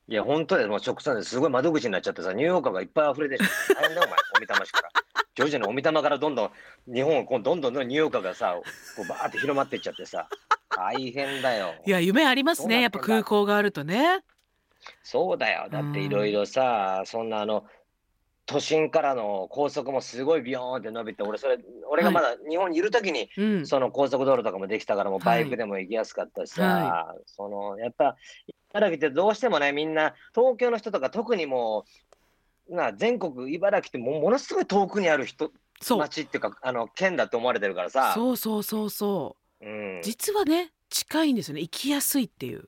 S2: いや、本当だよ。もう直さんですごい窓口になっちゃってさ、ニューヨーカーがいっぱい溢れてる。 大変だよ、お前。おみたま市から。徐々におみたまからどんどん、日本をこうどんどんどんどんニューヨーカーがさ、こうバーって広まってっちゃってさ。大変だよ。
S3: いや夢ありますねやっぱ
S2: そうなんだ
S3: 空港があるとね
S2: そうだよ。だっていろいろさ、そんなあの、都心からの高速もすごいビヨーンって伸びて、俺それ、俺がまだ日本にいるときに、
S3: うん
S2: その高速道路とかもできたから、もうバイクでも行きやすかったしさ、
S3: は
S2: そのやっぱ、茨城ってどうしてもね、みんな、東京の人とか、特にもう、な全国、茨城ってもうものすごい遠くにある人
S3: そう
S2: 町っていうか、あの県だって思われてるからさ、
S3: そうそうそうそう
S2: うん、
S3: 実はね近いんですよね行きやすいっていう、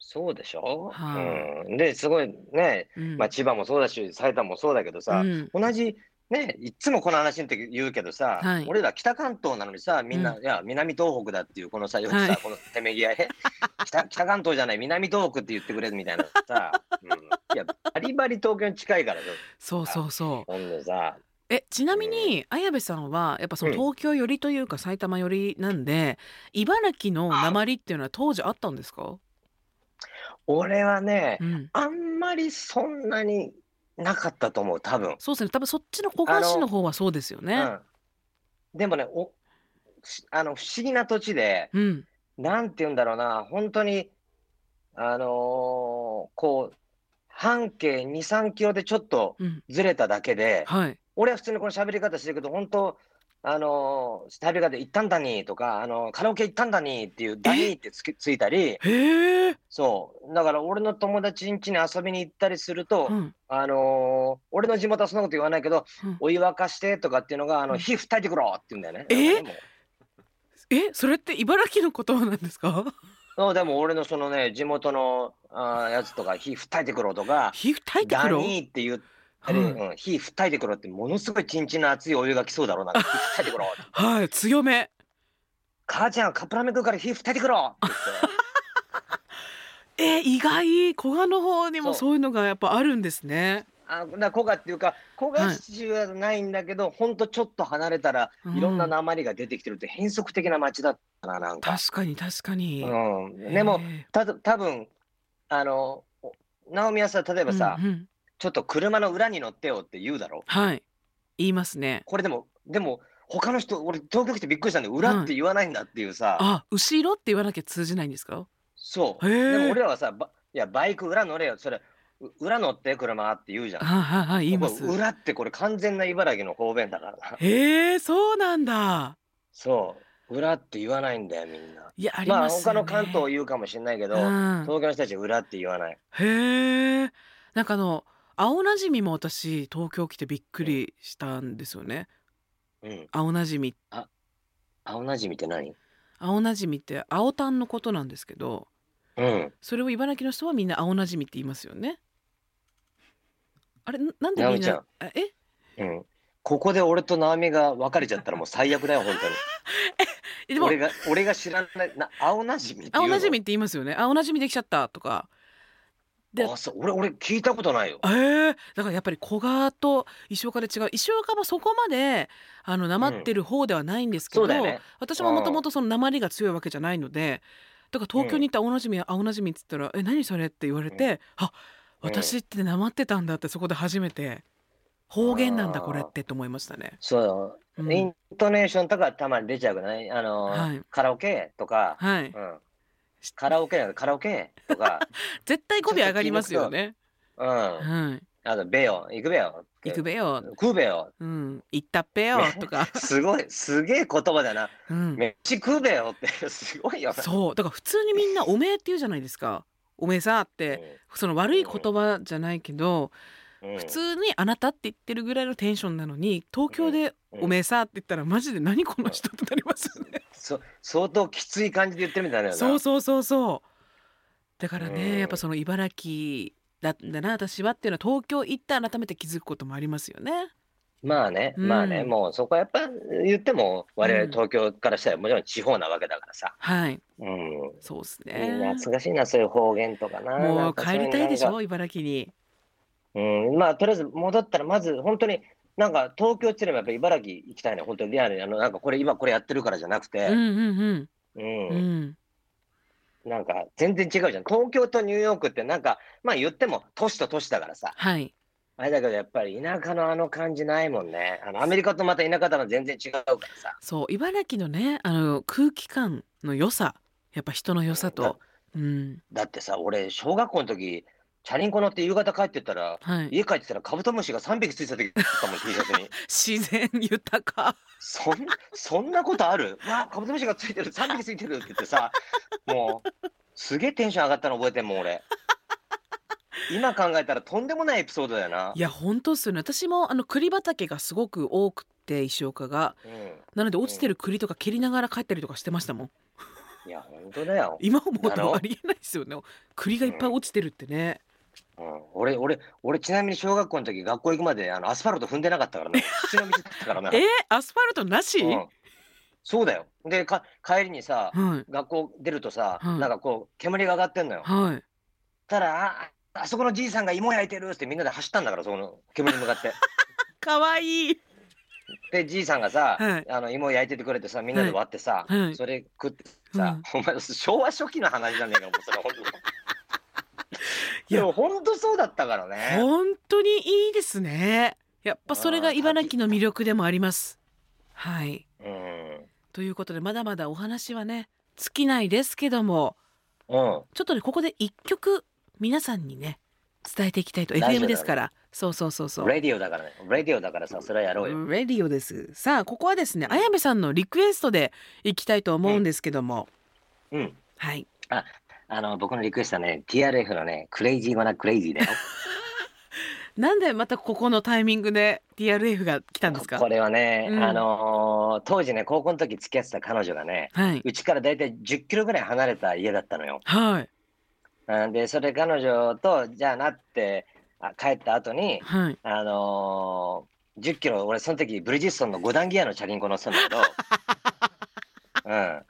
S2: そうでしょ、
S3: は
S2: うん、で、すごいね、
S3: うん
S2: まあ、千葉もそうだし、埼玉もそうだけどさ
S3: う、ん
S2: 同じ、ね、いっつもこの話の時言うけどさ、
S3: はい
S2: 俺ら北関東なのにさ、みんな、
S3: う
S2: いや、南東北だっていう、このさ、よくさ、
S3: はい
S2: このせめぎ合い 北、北関東じゃない、南東北って言ってくれるみたいなさ、うん、いや、バリバリ東京に近いからさ、
S3: そうそうそう
S2: ほんでさ、
S3: えちなみに綾部さんはやっぱその
S2: うん
S3: 東京寄りというか埼玉寄りなんで、茨城の鉛っていうのは当時あったんですか、
S2: 俺はね
S3: う、ん、
S2: あんまりそんなになかったと思う、多分。
S3: そうですね多分そっちの古河市の方はそうですよね
S2: うん、でもね、おしあの不思議な土地で、
S3: うん
S2: なんて言うんだろうな、本当に、あのーこう、半径2、3キロでちょっと
S3: うん
S2: ずれただけで、
S3: はい
S2: 俺は普通にこの喋り方してるけど、本当、あのー、旅館で行ったんだにとか、あのーカラオケ行ったんだにっていう、ダニーってつきついたり、
S3: へえ、
S2: そう、だから俺の友達ん家に遊びに行ったりすると、
S3: うん、
S2: あのー俺の地元はそんなこと言わないけど、
S3: うん
S2: お湯沸かしてとかっていうのが、あ
S3: う
S2: の
S3: ん
S2: 火吹っいてくろって言うんだよね。
S3: え
S2: なんかねもう
S3: えそれって茨城の言葉なんですか
S2: そうでも俺のそのね地元のあーやつとか火ふったいてくろうとか
S3: 火炊いてく
S2: ダ
S3: る
S2: ニーって言ったり、
S3: はい
S2: うん、火ふったいてくろうってものすごいちんちんの熱いお湯が来そうだろう な火ふったいてくろうって
S3: はい強め
S2: 母ちゃんカップラーメン食うから火ふったいてくろうって 言って
S3: え意外古河の方にも
S2: そ
S3: そういうのがやっぱあるんですね
S2: あな古賀っていうか古賀市はないんだけど、ほんとちょっと離れたら
S3: うん
S2: いろんな鉛が出てきてるって変則的な街だったななんか。
S3: 確かに確かに、
S2: うん、でも
S3: へ
S2: た多分あのお直美はさ例え
S3: え
S2: ばさ、
S3: うんうん
S2: ちょっと車の裏に乗ってよって言うだろ
S3: はい言いますね
S2: これでも、でも、他の人、俺、東京来てびっくりしたんで、裏って言わないんだっていうさ、
S3: あ後ろって言わなきゃ通じないんですか
S2: そう。
S3: へえ
S2: でも俺らはさ、ばいや、バイク裏乗れよ、それ、う裏乗って、車って言うじゃん。
S3: はいはいはい言います
S2: ここ裏ってこれ完全な茨城の方便だから な。
S3: へえそうなんだ
S2: そう。裏って言わないんだよ、みんな。
S3: いやあり
S2: まあ、
S3: ます
S2: 他
S3: よね
S2: の関東言うかもしれないけど、
S3: うん
S2: 東京の人たち裏って言わない。
S3: へえなんかあの青なじみも私東京来てびっくりしたんですよね
S2: うん。
S3: 青なじみ
S2: 青なじみって何
S3: 青なじみって青タンのことなんですけど
S2: うん。
S3: それを茨城の人はみんな青なじみって言いますよねあれななんで
S2: 直
S3: み
S2: 美
S3: ん
S2: ちゃん
S3: なあえ
S2: うん。ここで俺と直美が別れちゃったらもう最悪だよ、本当に。
S3: えでも
S2: 俺が、俺が知らない、な青なじみっていうの
S3: 青なじみって言いますよね青なじみできちゃったとかで
S2: あそう俺俺聞いたことないよ
S3: えー、だからやっぱり古賀と石岡で違う石岡もそこまであのなまってる方ではないんですけど、
S2: そうだよね
S3: 私ももともとそのなまりが強いわけじゃないのでだから東京に行ったら青なじみ、青なじみっつったら「え何それ?」って言われて「あ
S2: うん
S3: 私ってなまってたんだ」ってそこで初めて方言なんだこれってと思いましたね。
S2: そうう、
S3: ん
S2: イントネーションとかたまに出ちゃうくないあの、
S3: はい
S2: カラオケとか、
S3: はい、
S2: うん、カラオケなのカラオケと か、
S3: 絶対語尾上がりますよね。
S2: うん、
S3: はい、
S2: あとべよ行くべよ
S3: 行くべよ、
S2: 食うべよ
S3: うん、行ったっぺよとか、
S2: すごいすげえ言葉だな
S3: うん、
S2: 飯食うべよって すごいよな
S3: そうだから普通にみん な「おめえ」って言うじゃないですか「おめえさ」って。その悪い言葉じゃないけど、
S2: うん、
S3: 普通に「あなた」って言ってるぐらいのテンションなのに東京で「
S2: うん
S3: おめえさ」って言ったらマジで「何この人」ってなりますよね。
S2: そ相当きつい感じで言ってるみたいだよな
S3: そうそうそうそうだからね、
S2: うん
S3: やっぱその茨城だだな私はっていうのは東京行って改めて気づくこともありますよね。
S2: まあね、
S3: うん
S2: まあねもうそこはやっぱ言っても我々東京からしたらもちろん地方なわけだからさ、
S3: はい
S2: うん、
S3: そうですね。
S2: 懐かしいな、そういう方言とかな。な
S3: も
S2: ん
S3: う
S2: かそう
S3: 帰
S2: うの
S3: りたいでし
S2: なんか
S3: ょ茨城に。
S2: うん、まあ、とりあえず戻ったら、まず本当に、なんか東京っていうのはやっぱ茨城行きたいね、本当にリアルに、あの、なんかこれ今これやってるからじゃなく
S3: うん
S2: て、
S3: う
S2: う、
S3: んうんうんん。
S2: なんか全然違うじゃん。東京とニューヨークってなんか、まあ言っても都市と都市だからさ、
S3: はい
S2: あれだけどやっぱり田舎のあの感じないもんね。あの、アメリカとまた田舎とは全然違うからさ。
S3: そう茨城のねあの空気感の良さやっぱ人の良さと。うん、
S2: だってさ、俺、小学校の時、チャリンコ乗って夕方帰ってったら、
S3: はい、
S2: 家帰ってたらカブトムシが3匹ついてた時あったもん、T シャツに。
S3: 自然 豊か、
S2: そんそんなことある わあカブトムシがついてる3匹ついてるって言ってさもうすげえテンション上がったの覚えてんもん俺今考えたらとんでもないエピソードだよない
S3: や本当っすよね私もあの栗畑がすごく多くて石岡が
S2: う
S3: なので落ちてる栗とか蹴りながら帰ったりとかしてましたもん
S2: ん、いや本当だよ、
S3: 今思う
S2: だろ
S3: とありえないですよね栗がいっぱい落ちてるってね
S2: うん、俺俺俺ちなみに小学校の時学校行くまであのアスファルト踏んでなかったからね土の道だったからな
S3: えー、アスファルトなし、
S2: うん、そうだよでか帰りにさ
S3: はい
S2: 学校出るとさ、
S3: うん
S2: なんかこう煙が上がってんのよ
S3: はい
S2: たらああそこのじいさんが芋焼いてるってみんなで走ったんだからその煙に向かって
S3: 可愛いい
S2: でじいさんがさ、
S3: はい
S2: あの芋焼いててくれてさみんなで割ってさ、
S3: はいはい
S2: それ食ってさ、お前昭和初期の話じゃねえかもうそれ本当に
S3: いや
S2: でも本当そうだったからね
S3: 本当にいいですねやっぱそれが茨城の魅力でもありますはい
S2: うん、
S3: ということでまだまだお話はね尽きないですけども
S2: うん、
S3: ちょっとねここで一曲皆さんにね伝えていきたいと
S2: ラジオだ
S3: FM
S2: ね
S3: ですからそうそうそうそう
S2: レディオだからねレディオだからさそれはやろうよ、
S3: レディオですさあここはですね綾部さんのリクエストでいきたいと思うんですけども、
S2: うん、
S3: はい
S2: あの僕のリクエストはね TRF のねクレイジーマナクレイジーだよ
S3: なんでまたここのタイミングで TRF が来たんですか
S2: これはね、
S3: うん
S2: あのー当時ね高校の時付き合ってた彼女がね
S3: はい、
S2: うちからだいたい10キロぐらい離れた家だったのよ
S3: はい
S2: うんでそれ彼女とじゃあなってあ帰った後に
S3: はい
S2: あのー、10キロ俺その時ブリヂストンの5段ギアのチャリンコ乗ってたんだけ どうん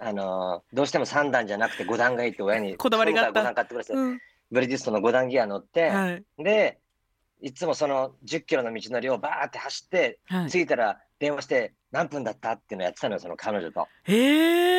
S2: あのーどうしても3段じゃなくて5段がいいって親に
S3: こだわりがあった
S2: 頼むから5段買ってくれって、
S3: うん
S2: ブリヂストンの5段ギア乗って、
S3: はい
S2: でいつもその10キロの道のりをバーって走って
S3: はい
S2: 着いたら電話して何分だったっていうのやってたのよその彼女と。
S3: えー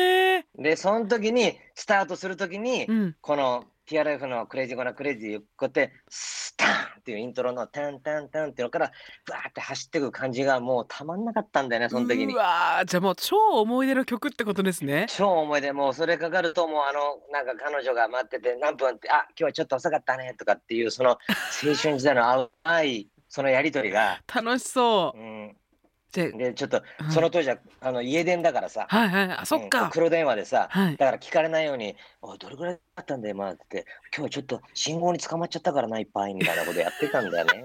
S2: でその時にスタートする時に、
S3: うん
S2: この TRF のクレイジーゴナクレイジーこうやってスタンっていうイントロのタンタンタンっていうのからバーって走っていく感じがもうたまんなかったんだよねその時に
S3: うわーじゃあもう超思い出の曲ってことですね
S2: 超思い出もうそれかかるともうあのなんか彼女が待ってて何分ってあ今日はちょっと遅かったねとかっていうその青春時代の淡いそのやり取りが、、
S3: 楽しそううんじゃ
S2: でちょっと
S3: あ
S2: その当時はあの家電だからさ、
S3: はいはいあそっ
S2: うん
S3: か、
S2: 黒電話でさ、
S3: は い
S2: だから聞かれないように、おいどれぐらいだったんだよ、まあって、今日はちょっと信号に捕まっちゃったからな、いっぱいみたいなことやってたんだよね。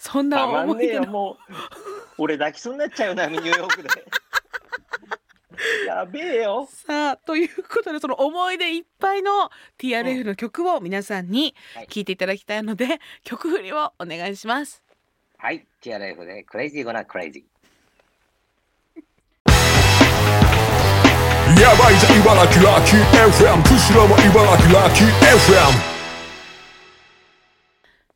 S3: そん な
S2: たま
S3: 思
S2: ん
S3: い
S2: ねえ
S3: 出
S2: よ、
S3: の
S2: もう。俺抱きそうになっちゃうな、ニューヨー クで。やべえよ。
S3: さあということでその思い出いっぱいの TRF の曲を皆さんに
S2: はい
S3: 聴いていただきたいので、曲振りをお願いします
S2: はい、TRF で、クレイジーゴナクレイジー。
S4: ヤバいぜ茨城ラッキー FM クシラも茨城ラッキー FM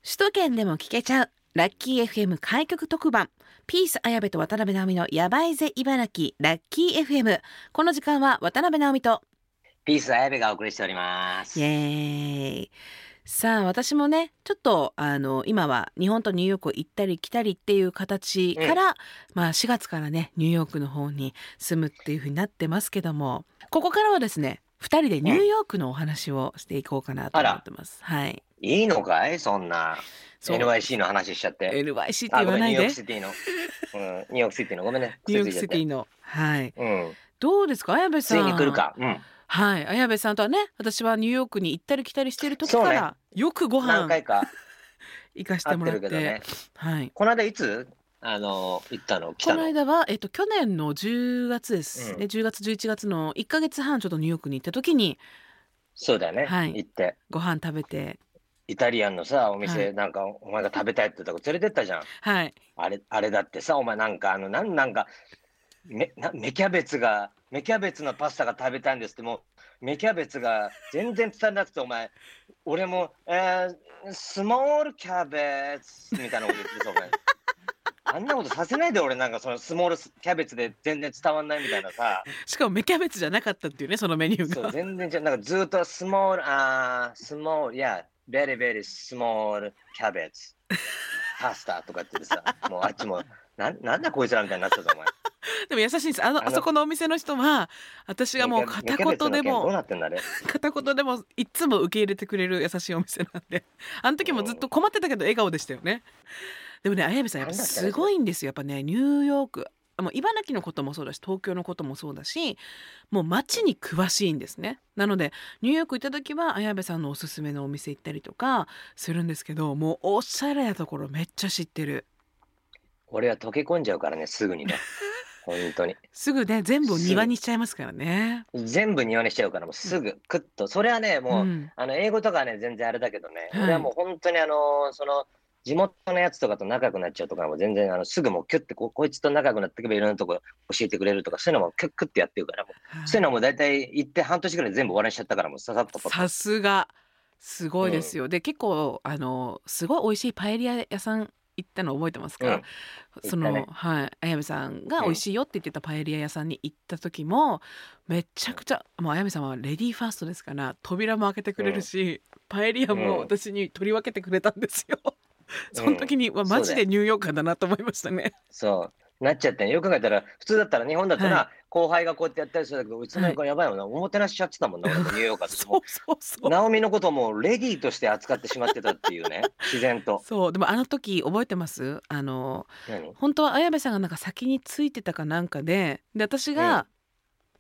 S3: 首都圏でも聞けちゃうラッキー FM 開局特番ピース綾部と渡辺直美のやばいぜ茨城ラッキー FM この時間は渡辺直美と
S2: ピース綾部がお送りしております
S3: イエーイさあ私もねちょっとあの今は日本とニューヨークを行ったり来たりっていう形から、まあ4月からねニューヨークの方に住むっていうふうになってますけどもここからはですね2人でニューヨークのお話をしていこうかなと
S2: あ
S3: 思
S2: ら
S3: ってます。はい、
S2: いいのかいそんな
S3: そう
S2: NYC の話しちゃって。
S3: NYC って
S2: あ、
S3: 言
S2: ごめ
S3: わ
S2: ん、
S3: な
S2: ニ
S3: い
S2: ューヨー
S3: で
S2: クシティの。うん、ニューヨークシティの。ごめんね。
S3: ニューヨー
S2: くっ
S3: ク
S2: つ
S3: シ
S2: いちゃ
S3: テ
S2: って
S3: ィのはい
S2: うん。
S3: どうですか綾部さ
S2: つ
S3: ん
S2: いに来るか。うん。
S3: はい綾部さんとはね私はニューヨークに行ったり来たりしてる時
S2: そう
S3: か
S2: ね
S3: ら、よくご
S2: 何
S3: 飯
S2: 回か
S3: 行かして
S2: 会っ
S3: も
S2: て
S3: らっ
S2: る
S3: て
S2: けどね。
S3: はい
S2: この間いつあの、行ったの来
S3: こ
S2: た
S3: の
S2: の
S3: 間は、えっと、去年の10月ですね、
S2: うん
S3: 10月11月の1か月半ちょっとニューヨークに行った時に
S2: そうだよね。
S3: はい
S2: 行って。
S3: ご飯食べて
S2: イタリアンのさ、お
S3: は
S2: 店、
S3: い
S2: なんか、お前が食べたいってとこ連れてったじゃん。
S3: はい
S2: あれ、あれだってさ、お前なんか、あの、なん、なんか、めな芽キャベツが、芽キャベツのパスタが食べたいんですって、もう、芽キャベツが全然伝わらなくて、お前、俺も、えー、スモールキャベツみたいなこと言ってた、お 前。あんなことさせないで、俺なんか、そのスモールキャベツで全然伝わんないみたいなさ、
S3: しかも芽キャベツじゃなかったっていうねそのメニュー
S2: そう
S3: が
S2: 全然じゃ、なんかずっとスモール、あー、スモール、いや、ベリベリスモールキャベツ、パスタとかって言って さ、もうあっちも、なんなんだこいつらみたいになってたぞ、お前。
S3: でも優しいんですあの
S2: あ
S3: あ
S2: の
S3: そこのお店の人は私がもう片言で
S2: どう
S3: も
S2: なってんだね。
S3: 片言でもいつも受け入れてくれる優しいお店なんであの時もずっと困ってたけど笑顔でしたよねでもね綾部さんやっぱすごいんですよやっぱねニューヨークもう茨城のこともそうだし東京のこともそうだしもう街に詳しいんですねなのでニューヨーク行った時は綾部さんのおすすめのお店行ったりとかするんですけどもうおしゃれなところめっちゃ知ってる
S2: 俺は溶け込んじゃうからね、すぐにね。本当に。
S3: すぐね全部を庭にしちゃいますからね
S2: 全部庭にしちゃうから、もうすぐ、クッと。それはね、もう、
S3: うん
S2: あの、英語とかはね、全然あれだけどね、
S3: はい
S2: 俺はもう本当にあの、その、地元のやつとかと仲良くなっちゃうとかも全然あのすぐもうキュッてここいつと仲良くなっていけばいろんなとこ教えてくれるとかそういうのもキュッキュッてやってるからもうそういうのも大体行って半年ぐらいで全部終わらしちゃったからもうささっとポッ
S3: さすがすごいですよ、で結構あのすごい美味しいパエリア屋さん行ったの覚えてますか、
S2: うん
S3: その、
S2: 行った
S3: はい綾部さんが
S2: うん
S3: 美味しいよって言ってたパエリア屋さんに行った時もめちゃくちゃもう綾部さんはレディーファーストですから扉も開けてくれるし、パエリア
S2: うん
S3: も私に取り分けてくれたんですよ、その時には
S2: ん
S3: マジでニューヨーカーだなと思いましたね、
S2: そうなっちゃってよく考えたら普通だったら日本だったら後輩がこうやってやったりするんだけど、うちの子やばいもんなおもてな しちゃってたもんな俺もニューヨーカーとしても
S3: そうそうそう
S2: ナオミのこともレディーとして扱ってしまってたっていうね、自然 と。
S3: そうでもあの時覚えてますあの
S2: 何
S3: 本当は綾部さんがなんか先についてたかなんかでで私が、
S2: うん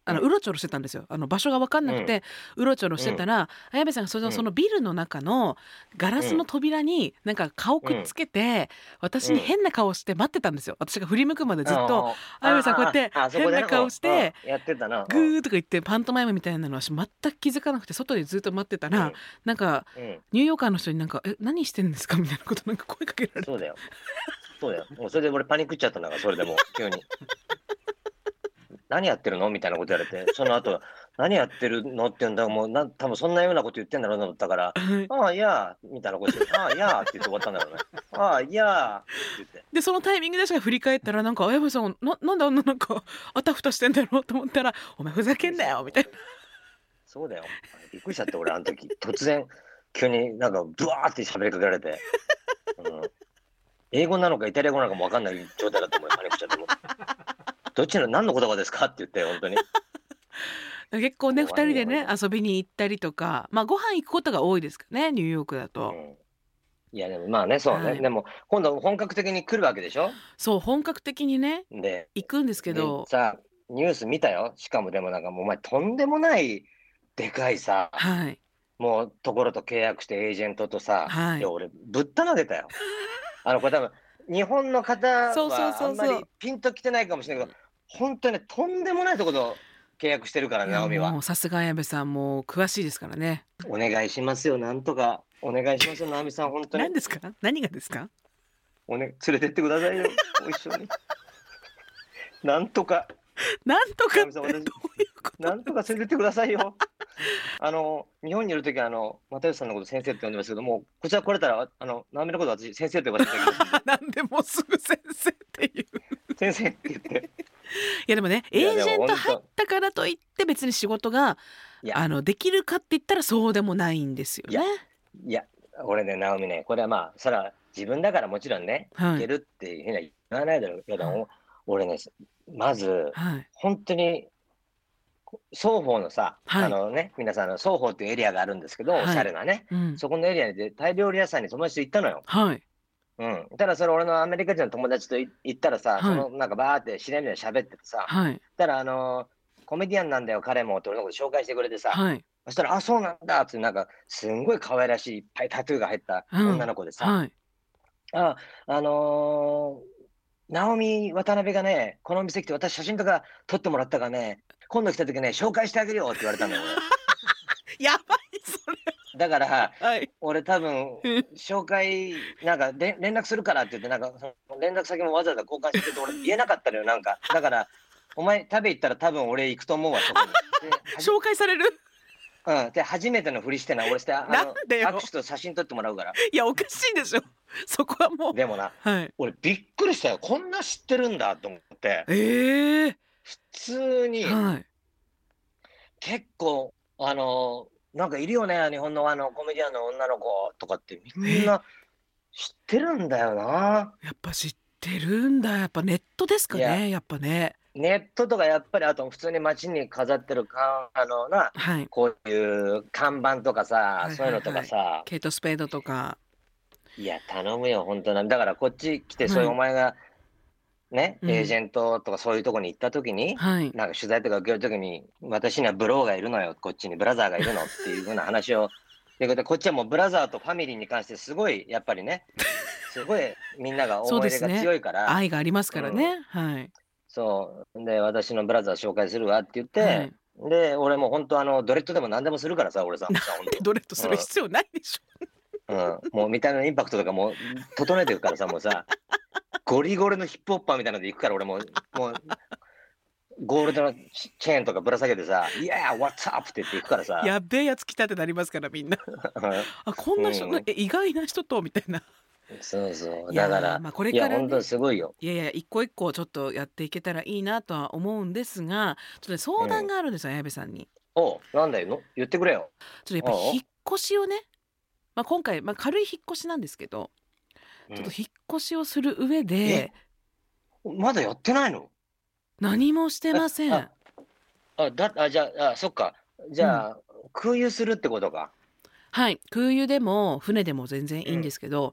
S3: あのうろちょろしてたんですよあの場所が分かんなくて、うろちょろしてたら、綾部さんがその,、
S2: うん
S3: そのビルの中のガラスの扉になんか顔くっつけて、私に変な顔して待ってたんですよ私が振り向くまでずっと、
S2: あ
S3: あやめさんこうやって
S2: あああそこでね
S3: 変な顔して
S2: うんうんやってたな。
S3: グーとか言ってパントマイムみたいなのは私全く気づかなくて外でずっと待ってたら、なんか
S2: うんうん
S3: ニューヨーカーの人になんか「え何してんですか?」みたいなことなんか声かけられて
S2: そうだよ。そうだよ。もうそれで俺パニックっちゃったんだから、それでもう、急に。何やってるのみたいなこと言われて、その後、何やってるのって言うんだもうなん、多分そんなようなこと言ってんだろうなと思ったから、
S3: はい
S2: ああ、いやー、みたいなこと言って、ああ、いやーって言って終わったんだろうね。ああ、いやーって言って。
S3: でそのタイミングでしか振り返ったらなんか綾部さんななんであんななんかあたふたしてんだろうと思ったら 「お前ふざけんなよ」みたいな
S2: そうだよ。びっくりしちゃって、俺、あの時、突然、急になんか、ブワーって喋りかけられて、うん、英語なのかイタリア語なのかも分かんない状態だと思うよ、パニックしちゃってもう。どっちの、何の言葉ですかって言って、本当に。
S3: 結構ね2
S2: 怖い
S3: 人
S2: よ
S3: でね遊びに行ったりとかまあご飯行くことが多いですかねニューヨークだと、
S2: うんいや、でもまあね、そうね。
S3: はい
S2: でも、今度、本格的に来るわけでしょ
S3: そう本格的にね
S2: で、
S3: 行くんですけど
S2: でさ、ニュース見たよ。しかも、でもなんか、もうお前、とんでもない、でかいさ、
S3: はい
S2: もうところと契約してエージェントとさ、
S3: はい
S2: や俺ぶった投げた よ。あのこれ多分日本の方は
S3: そうそうそうそう
S2: あんまりピンときてないかもしれないけど本当にとんでもないところと契約してるからね直美
S3: も
S2: は
S3: う。さすが綾部さんもう詳しいですからね
S2: お願いしますよなんとかお願いしますよ直美さん本当に
S3: 何ですか何がですか
S2: お、ね、連れてってくださいよご一緒に。なんとか
S3: なんとかってど
S2: 神
S3: う
S2: 様
S3: い
S2: 私
S3: うこと
S2: なんとか連れてってくださいよ。あの日本にいるときはあの又吉さんのこと先生って呼んでますけどもうこちら来れたらあのなめのこと私先生って呼ばせていただきます
S3: あなんでもうすぐ先生っていう
S2: 先生って言って
S3: いやでもね
S2: い
S3: エ
S2: や
S3: ージェ
S2: で
S3: ント
S2: も
S3: 入ったからといって別に仕事が
S2: いや
S3: あのできるかって言ったらそうでもないんですよ
S2: いや
S3: ね。
S2: いや俺ね直美ねこれはまあそら自分だからもちろんね、
S3: はい
S2: いけるっていうふうには言わないだろうけど、お俺ねまず
S3: はい
S2: 本当にこ双方のさ、
S3: はい
S2: あのね皆さんあの双方っていうエリアがあるんですけど、
S3: はい
S2: おしゃれなね
S3: うん
S2: そこのエリアでタイ料理屋さんに友達と行ったのよ。
S3: はい
S2: うん、ただそれ俺のアメリカ人の友達とい行ったらさ、
S3: はい
S2: そのなんかバーって知らないのに喋っててさ、
S3: はい
S2: たらあのーコメディアンなんだよ彼もって俺のこと紹介してくれてさ、
S3: はい
S2: そしたらあそうなんだってなんかすんごい可愛らしいいっぱいタトゥーが入った
S3: うん
S2: 女の子でさ、
S3: はい
S2: ああのー、直美渡辺がねこのお店来て私写真とか撮ってもらったからね今度来た時ね紹介してあげるよって言われ たのよ
S3: やばいそ
S2: 俺だから
S3: れはい
S2: 俺多分紹介なんか連連絡するからって言ってなんかその連絡先もわざわざ交換してて俺言えなかったのよなんかだからお前食べ行ったら多分俺行くと思うわそこにで
S3: 紹介される
S2: はじ、うん、で初めてのふりしてな俺してあ
S3: な
S2: あ
S3: ん
S2: の
S3: でよ
S2: 握手と写真撮ってもらうから
S3: いやおかしいでしょそこはも う
S2: でもな
S3: はい
S2: 俺びっくりしたよこんな知ってるんだと思って
S3: ええ
S2: 普通に
S3: はい
S2: 結構あのなんかいるよね日本のあのコメディアンの女の子とかってみんな知ってるんだよな。
S3: やっぱ知ってるんだやっぱネットですか
S2: いや
S3: ねやっぱね
S2: ネットとかやっぱりあと普通に街に飾ってるかあのな
S3: はい
S2: こういう看板とか
S3: いはい
S2: さ
S3: はい
S2: そういうのとかさ
S3: ケイトスペードとか
S2: いや頼むよ本当なんだからこっち来てそういう
S3: は
S2: お
S3: い
S2: 前がね
S3: うん
S2: エージェントとかそういうとこに行った時に
S3: はい
S2: なんか取材とか受ける時に私にはブローがいるのよこっちにブラザーがいるのっていうふうな話をでこっちはもうブラザーとファミリーに関してすごいやっぱり ねすごいみんなが思い入れが強いから。
S3: 愛がありますからねはい
S2: そうで私のブラザー紹介するわって言って、
S3: はい
S2: で、俺もう本当あの、ドレッドでも何でもするからさ、俺さ、本
S3: でドレッドする必要ないでしょ
S2: 当うん、もう見た目のインパクトとかもう整えてるからさ、もうさ、ゴリゴリのヒップホッパーみたいなので行くから、俺もう、もう、ゴールドのチチェーンとかぶら下げてさ、いやー、what's up って言って行くからさ、
S3: やっべえやつ来たってなりますからみんなあこんな人、
S2: うん
S3: え意外な人とみたい な
S2: うんそうそう、
S3: いや
S2: だ
S3: ー
S2: から、
S3: まあこれ
S2: い
S3: から
S2: や、
S3: ね
S2: 本当にすごいよ。
S3: いやいや一個一個ちょっとやっていけたらいいなとは思うんですがちょっとね相談があるんですよ、綾部さんに。
S2: おう、なんだよの、言ってくれよ。
S3: ちょっとやっぱ
S2: おう
S3: 引っ越しをね、まあ、今回、まあ、軽い引っ越しなんですけど、
S2: うん
S3: ちょっと引っ越しをする上で
S2: まだやってないの
S3: 何もしてません。
S2: ああ、だあ、じゃあ、あそっか。じゃあ、空輸するってことか。
S3: はい空輸でも船でも全然いいんですけど、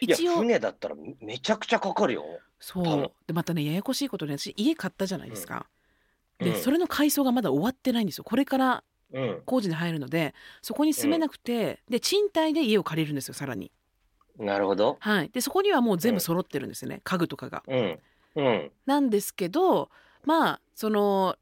S2: いや
S3: 一応
S2: 船だったらめめちゃくちゃかかるよ。多
S3: そ
S2: 分
S3: うでまたねややこしいことに私家買ったじゃないですか。で、
S2: うん
S3: それの改装がまだ終わってないんですよこれから
S2: うん、
S3: 工事に入るのでそこに住めなくて、で賃貸で家を借りるんですよさらに。
S2: なるほど。
S3: はい、でそこにはもう
S2: う
S3: 全部
S2: ん
S3: 揃ってるんですよね、家具とかが。
S2: うん、うん、
S3: なんですけどまあその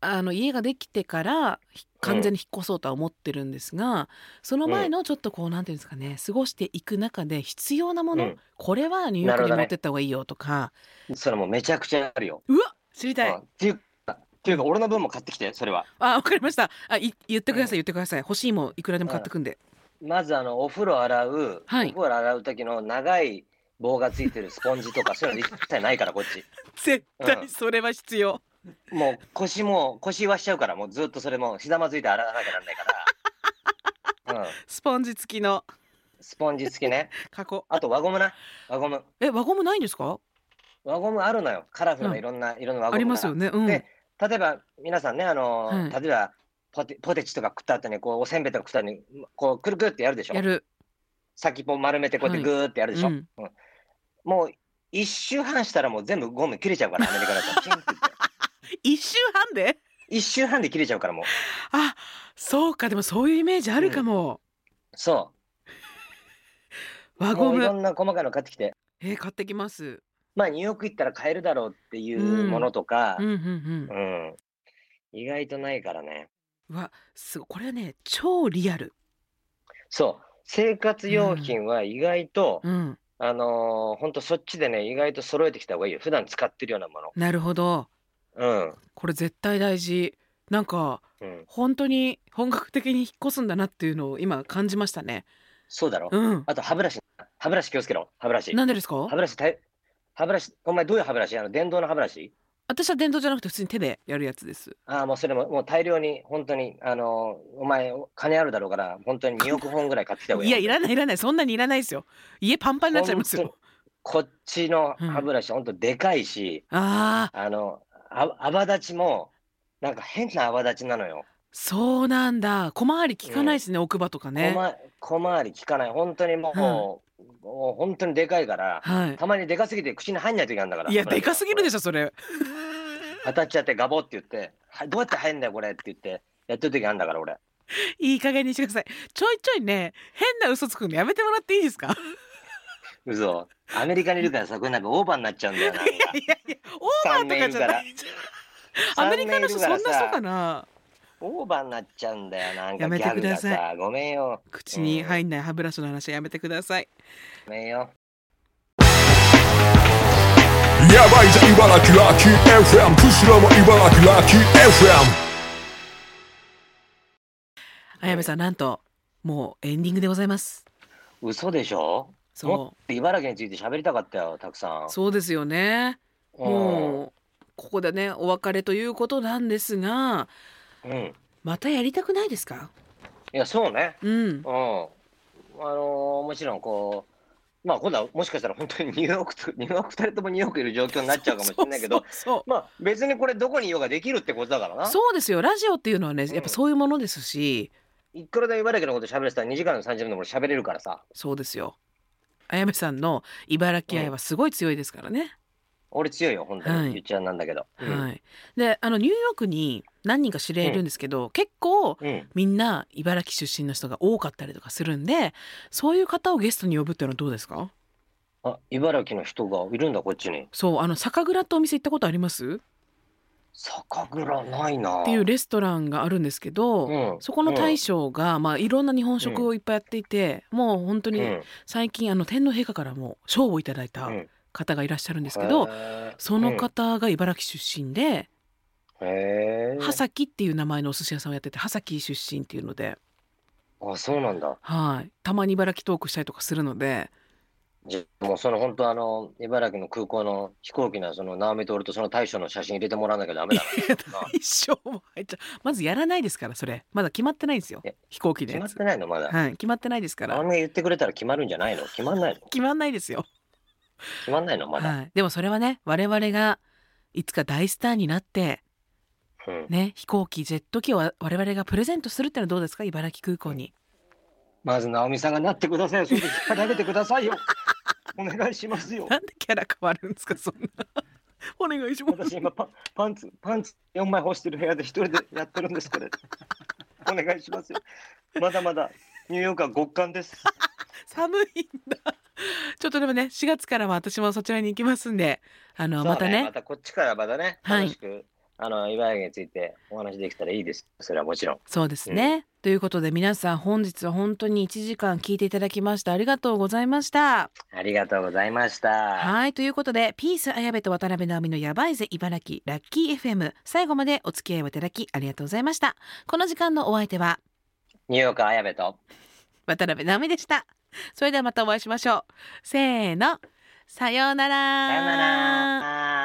S3: あの家ができてからひ完全に引っ越そうとは思ってるんですが、その前のちょっとこうなんていうんですかね過ごしていく中で必要なもの、
S2: うん
S3: これはニューヨー
S2: な
S3: ク
S2: るほ
S3: に
S2: どね
S3: 持ってった方がいいよとか、
S2: それもうめちゃくちゃあるよ。
S3: うわ知りたい
S2: うんっていうか、っていうか俺の分も買ってきて、それは。
S3: あわかりましたあい言ってくださ
S2: うん
S3: い、言ってください欲しいもんいくらでも買ってくんで、
S2: まずあのお風呂洗う、
S3: はい
S2: お風呂洗う時の長い棒がついてるスポンジとかそういうの一切ないからこっち。
S3: 絶
S2: う
S3: 対
S2: ん
S3: それは必要、
S2: もう腰も腰はしちゃうからもうずっとそれもひざまずいて洗わなきゃなんないから。うん、
S3: スポンジ付きの
S2: スポンジ付きね。
S3: 加工
S2: あと輪ゴムな。輪ゴム。
S3: え輪ゴムないんですか
S2: 輪ゴムあるのよ。カラフルないろんな色の輪ゴムが。
S3: ありますよねうん
S2: で例えば皆さんね、あのー
S3: はい
S2: 例えばポテポテチとか食った後にこうおせんべいとか食った後にこうくるくるってやるでしょ
S3: やる
S2: 先っぽ丸めてこうやってぐーってやるでしょ、
S3: うん
S2: もう一周半したらもう全部ゴム切れちゃうから アメリカだとチンって言って
S3: 一周半で
S2: 一周半で切れちゃうからもう
S3: あそうかでもそういうイメージあるかも、
S2: そ
S3: 輪
S2: う
S3: ゴ
S2: もうい
S3: ム
S2: ろんな細かいの買ってきて
S3: えー買ってきます。
S2: まあニューヨーク行ったら買えるだろうってい
S3: うん
S2: うものとか
S3: うん、う
S2: う
S3: ん
S2: ん意外とないからね
S3: うん。わ、すごいこれはね超リアル。
S2: そう生活用品は意外と、
S3: うん。
S2: あのーほんとそっちでね意外と揃えてきた方がいいよ普段使ってるようなもの
S3: なるほど。
S2: うん。
S3: これ絶対大事なんか
S2: うん。
S3: 本当に本格的に引っ越すんだなっていうのを今感じましたね
S2: そうだろ。
S3: うん
S2: あと歯ブラシ。歯ブラシ気をつけろ。歯ブラシ。
S3: なんでですか
S2: 歯ブラシ大歯ブラシ、お前どういう歯ブラシあの電動の歯ブラシ
S3: 私は電動じゃなくて普通に手でやるやつです
S2: ああ、もうそれも、もう大量に、本当に、あのーお前、金あるだろうから、本当に2億本ぐらい買ってきた方がい
S3: い
S2: い
S3: や
S2: よ。
S3: いらないいらないそんなにいらないですよ家パンパンになっちゃいます
S2: 本
S3: よ
S2: こっちの
S3: うん
S2: 歯ブラシ、本当でかいし、
S3: ああ
S2: あの、あ泡立ちも、なんか変な泡立ちなのよ。
S3: そうなんだ小回り効かないですね、奥歯とかね
S2: 小回小回り効かない。本当にもう、もう本当にでかいから、
S3: は
S2: たまにでかすぎて口に入んない時あるんだから。
S3: いいやでかすぎるで
S2: し
S3: しょそれ
S2: ょ。当たっちゃってガボって言って、はどうやって入んだよ、これって言って、やってる時あるんだから、俺。
S3: いい加減にしてくださいちょいちょいね変な嘘つくのやめてもらっていいですか
S2: 嘘。アメリカにいるからさ、これなんかオーバーになっちゃうんだよな。なんか
S3: いやいやオーバーとかじゃないアメリカの人そんな人か
S2: な
S3: な
S2: オーバーになっちゃうんだよなんか
S3: やめ
S2: ギ
S3: て
S2: ャグ
S3: く
S2: が
S3: ださい
S2: さごめんよ
S3: 口に入んない歯ブラシの話はやめてください
S2: ごめんよ
S4: ヤバいぜ茨城ラッキー FM くしろも茨城ラッキー FM
S3: 綾部さんなんともうエンディングでございます
S2: 嘘でしょ
S3: そ
S2: 茨城について喋りたかったよたくさん
S3: うそうですよね
S2: うん
S3: もうここでねお別れということなんですが
S2: うんい
S3: またやりたくないですか
S2: やそうね
S3: うん
S2: うんあのーもちろんこうまあ今度はもしかしたら本当にニュ ーヨークとニューヨーク2人ともニューヨークいる状況になっちゃうかもしれないけど
S3: そうそうそう
S2: まあ別にこれどこにいようができるってことだからな
S3: そうですよラジオっていうのはね
S2: ん
S3: やっぱそういうものですし、
S2: いくらでも茨城のこと喋れてたら2時間の30分でも俺喋れるからさ
S3: そうですよ綾部さんの茨城愛はすごい強いですからね、
S2: 俺強いよ本当に、
S3: はい
S2: 言っちゃなんだけどうん
S3: はいであのニューヨークに何人か知り合いいるんですけど、結構
S2: うん
S3: みんな茨城出身の人が多かったりとかするんでそういう方をゲストに呼ぶっていうのはどうですか
S2: あ茨城の人がいるんだこっちに
S3: そうあの酒蔵ってお店行ったことあります
S2: 酒蔵ないな
S3: っていうレストランがあるんですけど、
S2: うん
S3: そこの大将が、まあ、いろんな日本食をいっぱいやっていて、もう本当
S2: うん
S3: に最近あの天皇陛下からも賞をいただいた
S2: うん
S3: 方がいらっしゃるんですけど、
S2: へー
S3: その方が茨城出身で、
S2: うんへ
S3: は
S2: ー
S3: さきっていう名前のお寿司屋さんをやっててはさき出身っていうので、
S2: あそうなんだ
S3: はい、たまに茨城トークしたりとかする ので
S2: じゃもうその本当あの茨城の空港の飛行機のそのナーメトルとその大将の写真入れてもらわなきゃダメ だな
S3: 一生も入っちゃうまずやらないですからそれまだ決まってないんですよ
S2: え
S3: 飛行機の
S2: 決
S3: や
S2: まっ
S3: つ
S2: てないのまだ
S3: はい、決まってないですか
S2: あ
S3: ら
S2: んな言ってくれたら決まるんじゃないの決まんないの
S3: 決まんないですよ、
S2: 決まんないのまだ
S3: はい、でもそれはね我々がいつか大スターになって
S2: うん
S3: ね飛行機ジェット機を我々がプレゼントするってのはどうですか茨城空港に
S2: まず直美さんがなってくださいよそれで引っ張られてください よお願いしますよ
S3: なんでキャラ変わるんですかそん なお願いします
S2: 私今パパンツパンツ4枚干してる部屋で一人でやってるんですこ れお願いしますよまだまだニューヨークは極寒です
S3: 寒いんだちょっとでもね4月からは私もそちらに行きますんであの、
S2: そう
S3: またね
S2: またこっちからまたね、
S3: はい
S2: 楽しく、あの、茨城についてお話できたらいいです。それはもちろん。
S3: そうですね、ということで皆さん本日は本当に1時間聞いていただきましてありがとうございました
S2: ありがとうございました。
S3: はいということでピース綾部と渡辺直美のやばいぜ茨城ラッキー FM 最後までお付き合いをいただきありがとうございましたこの時間のお相手は
S2: ニューヨーク綾部と。
S3: 渡辺直美でしたそれではまたお会いしましょうせーのさようなら
S2: さよなら。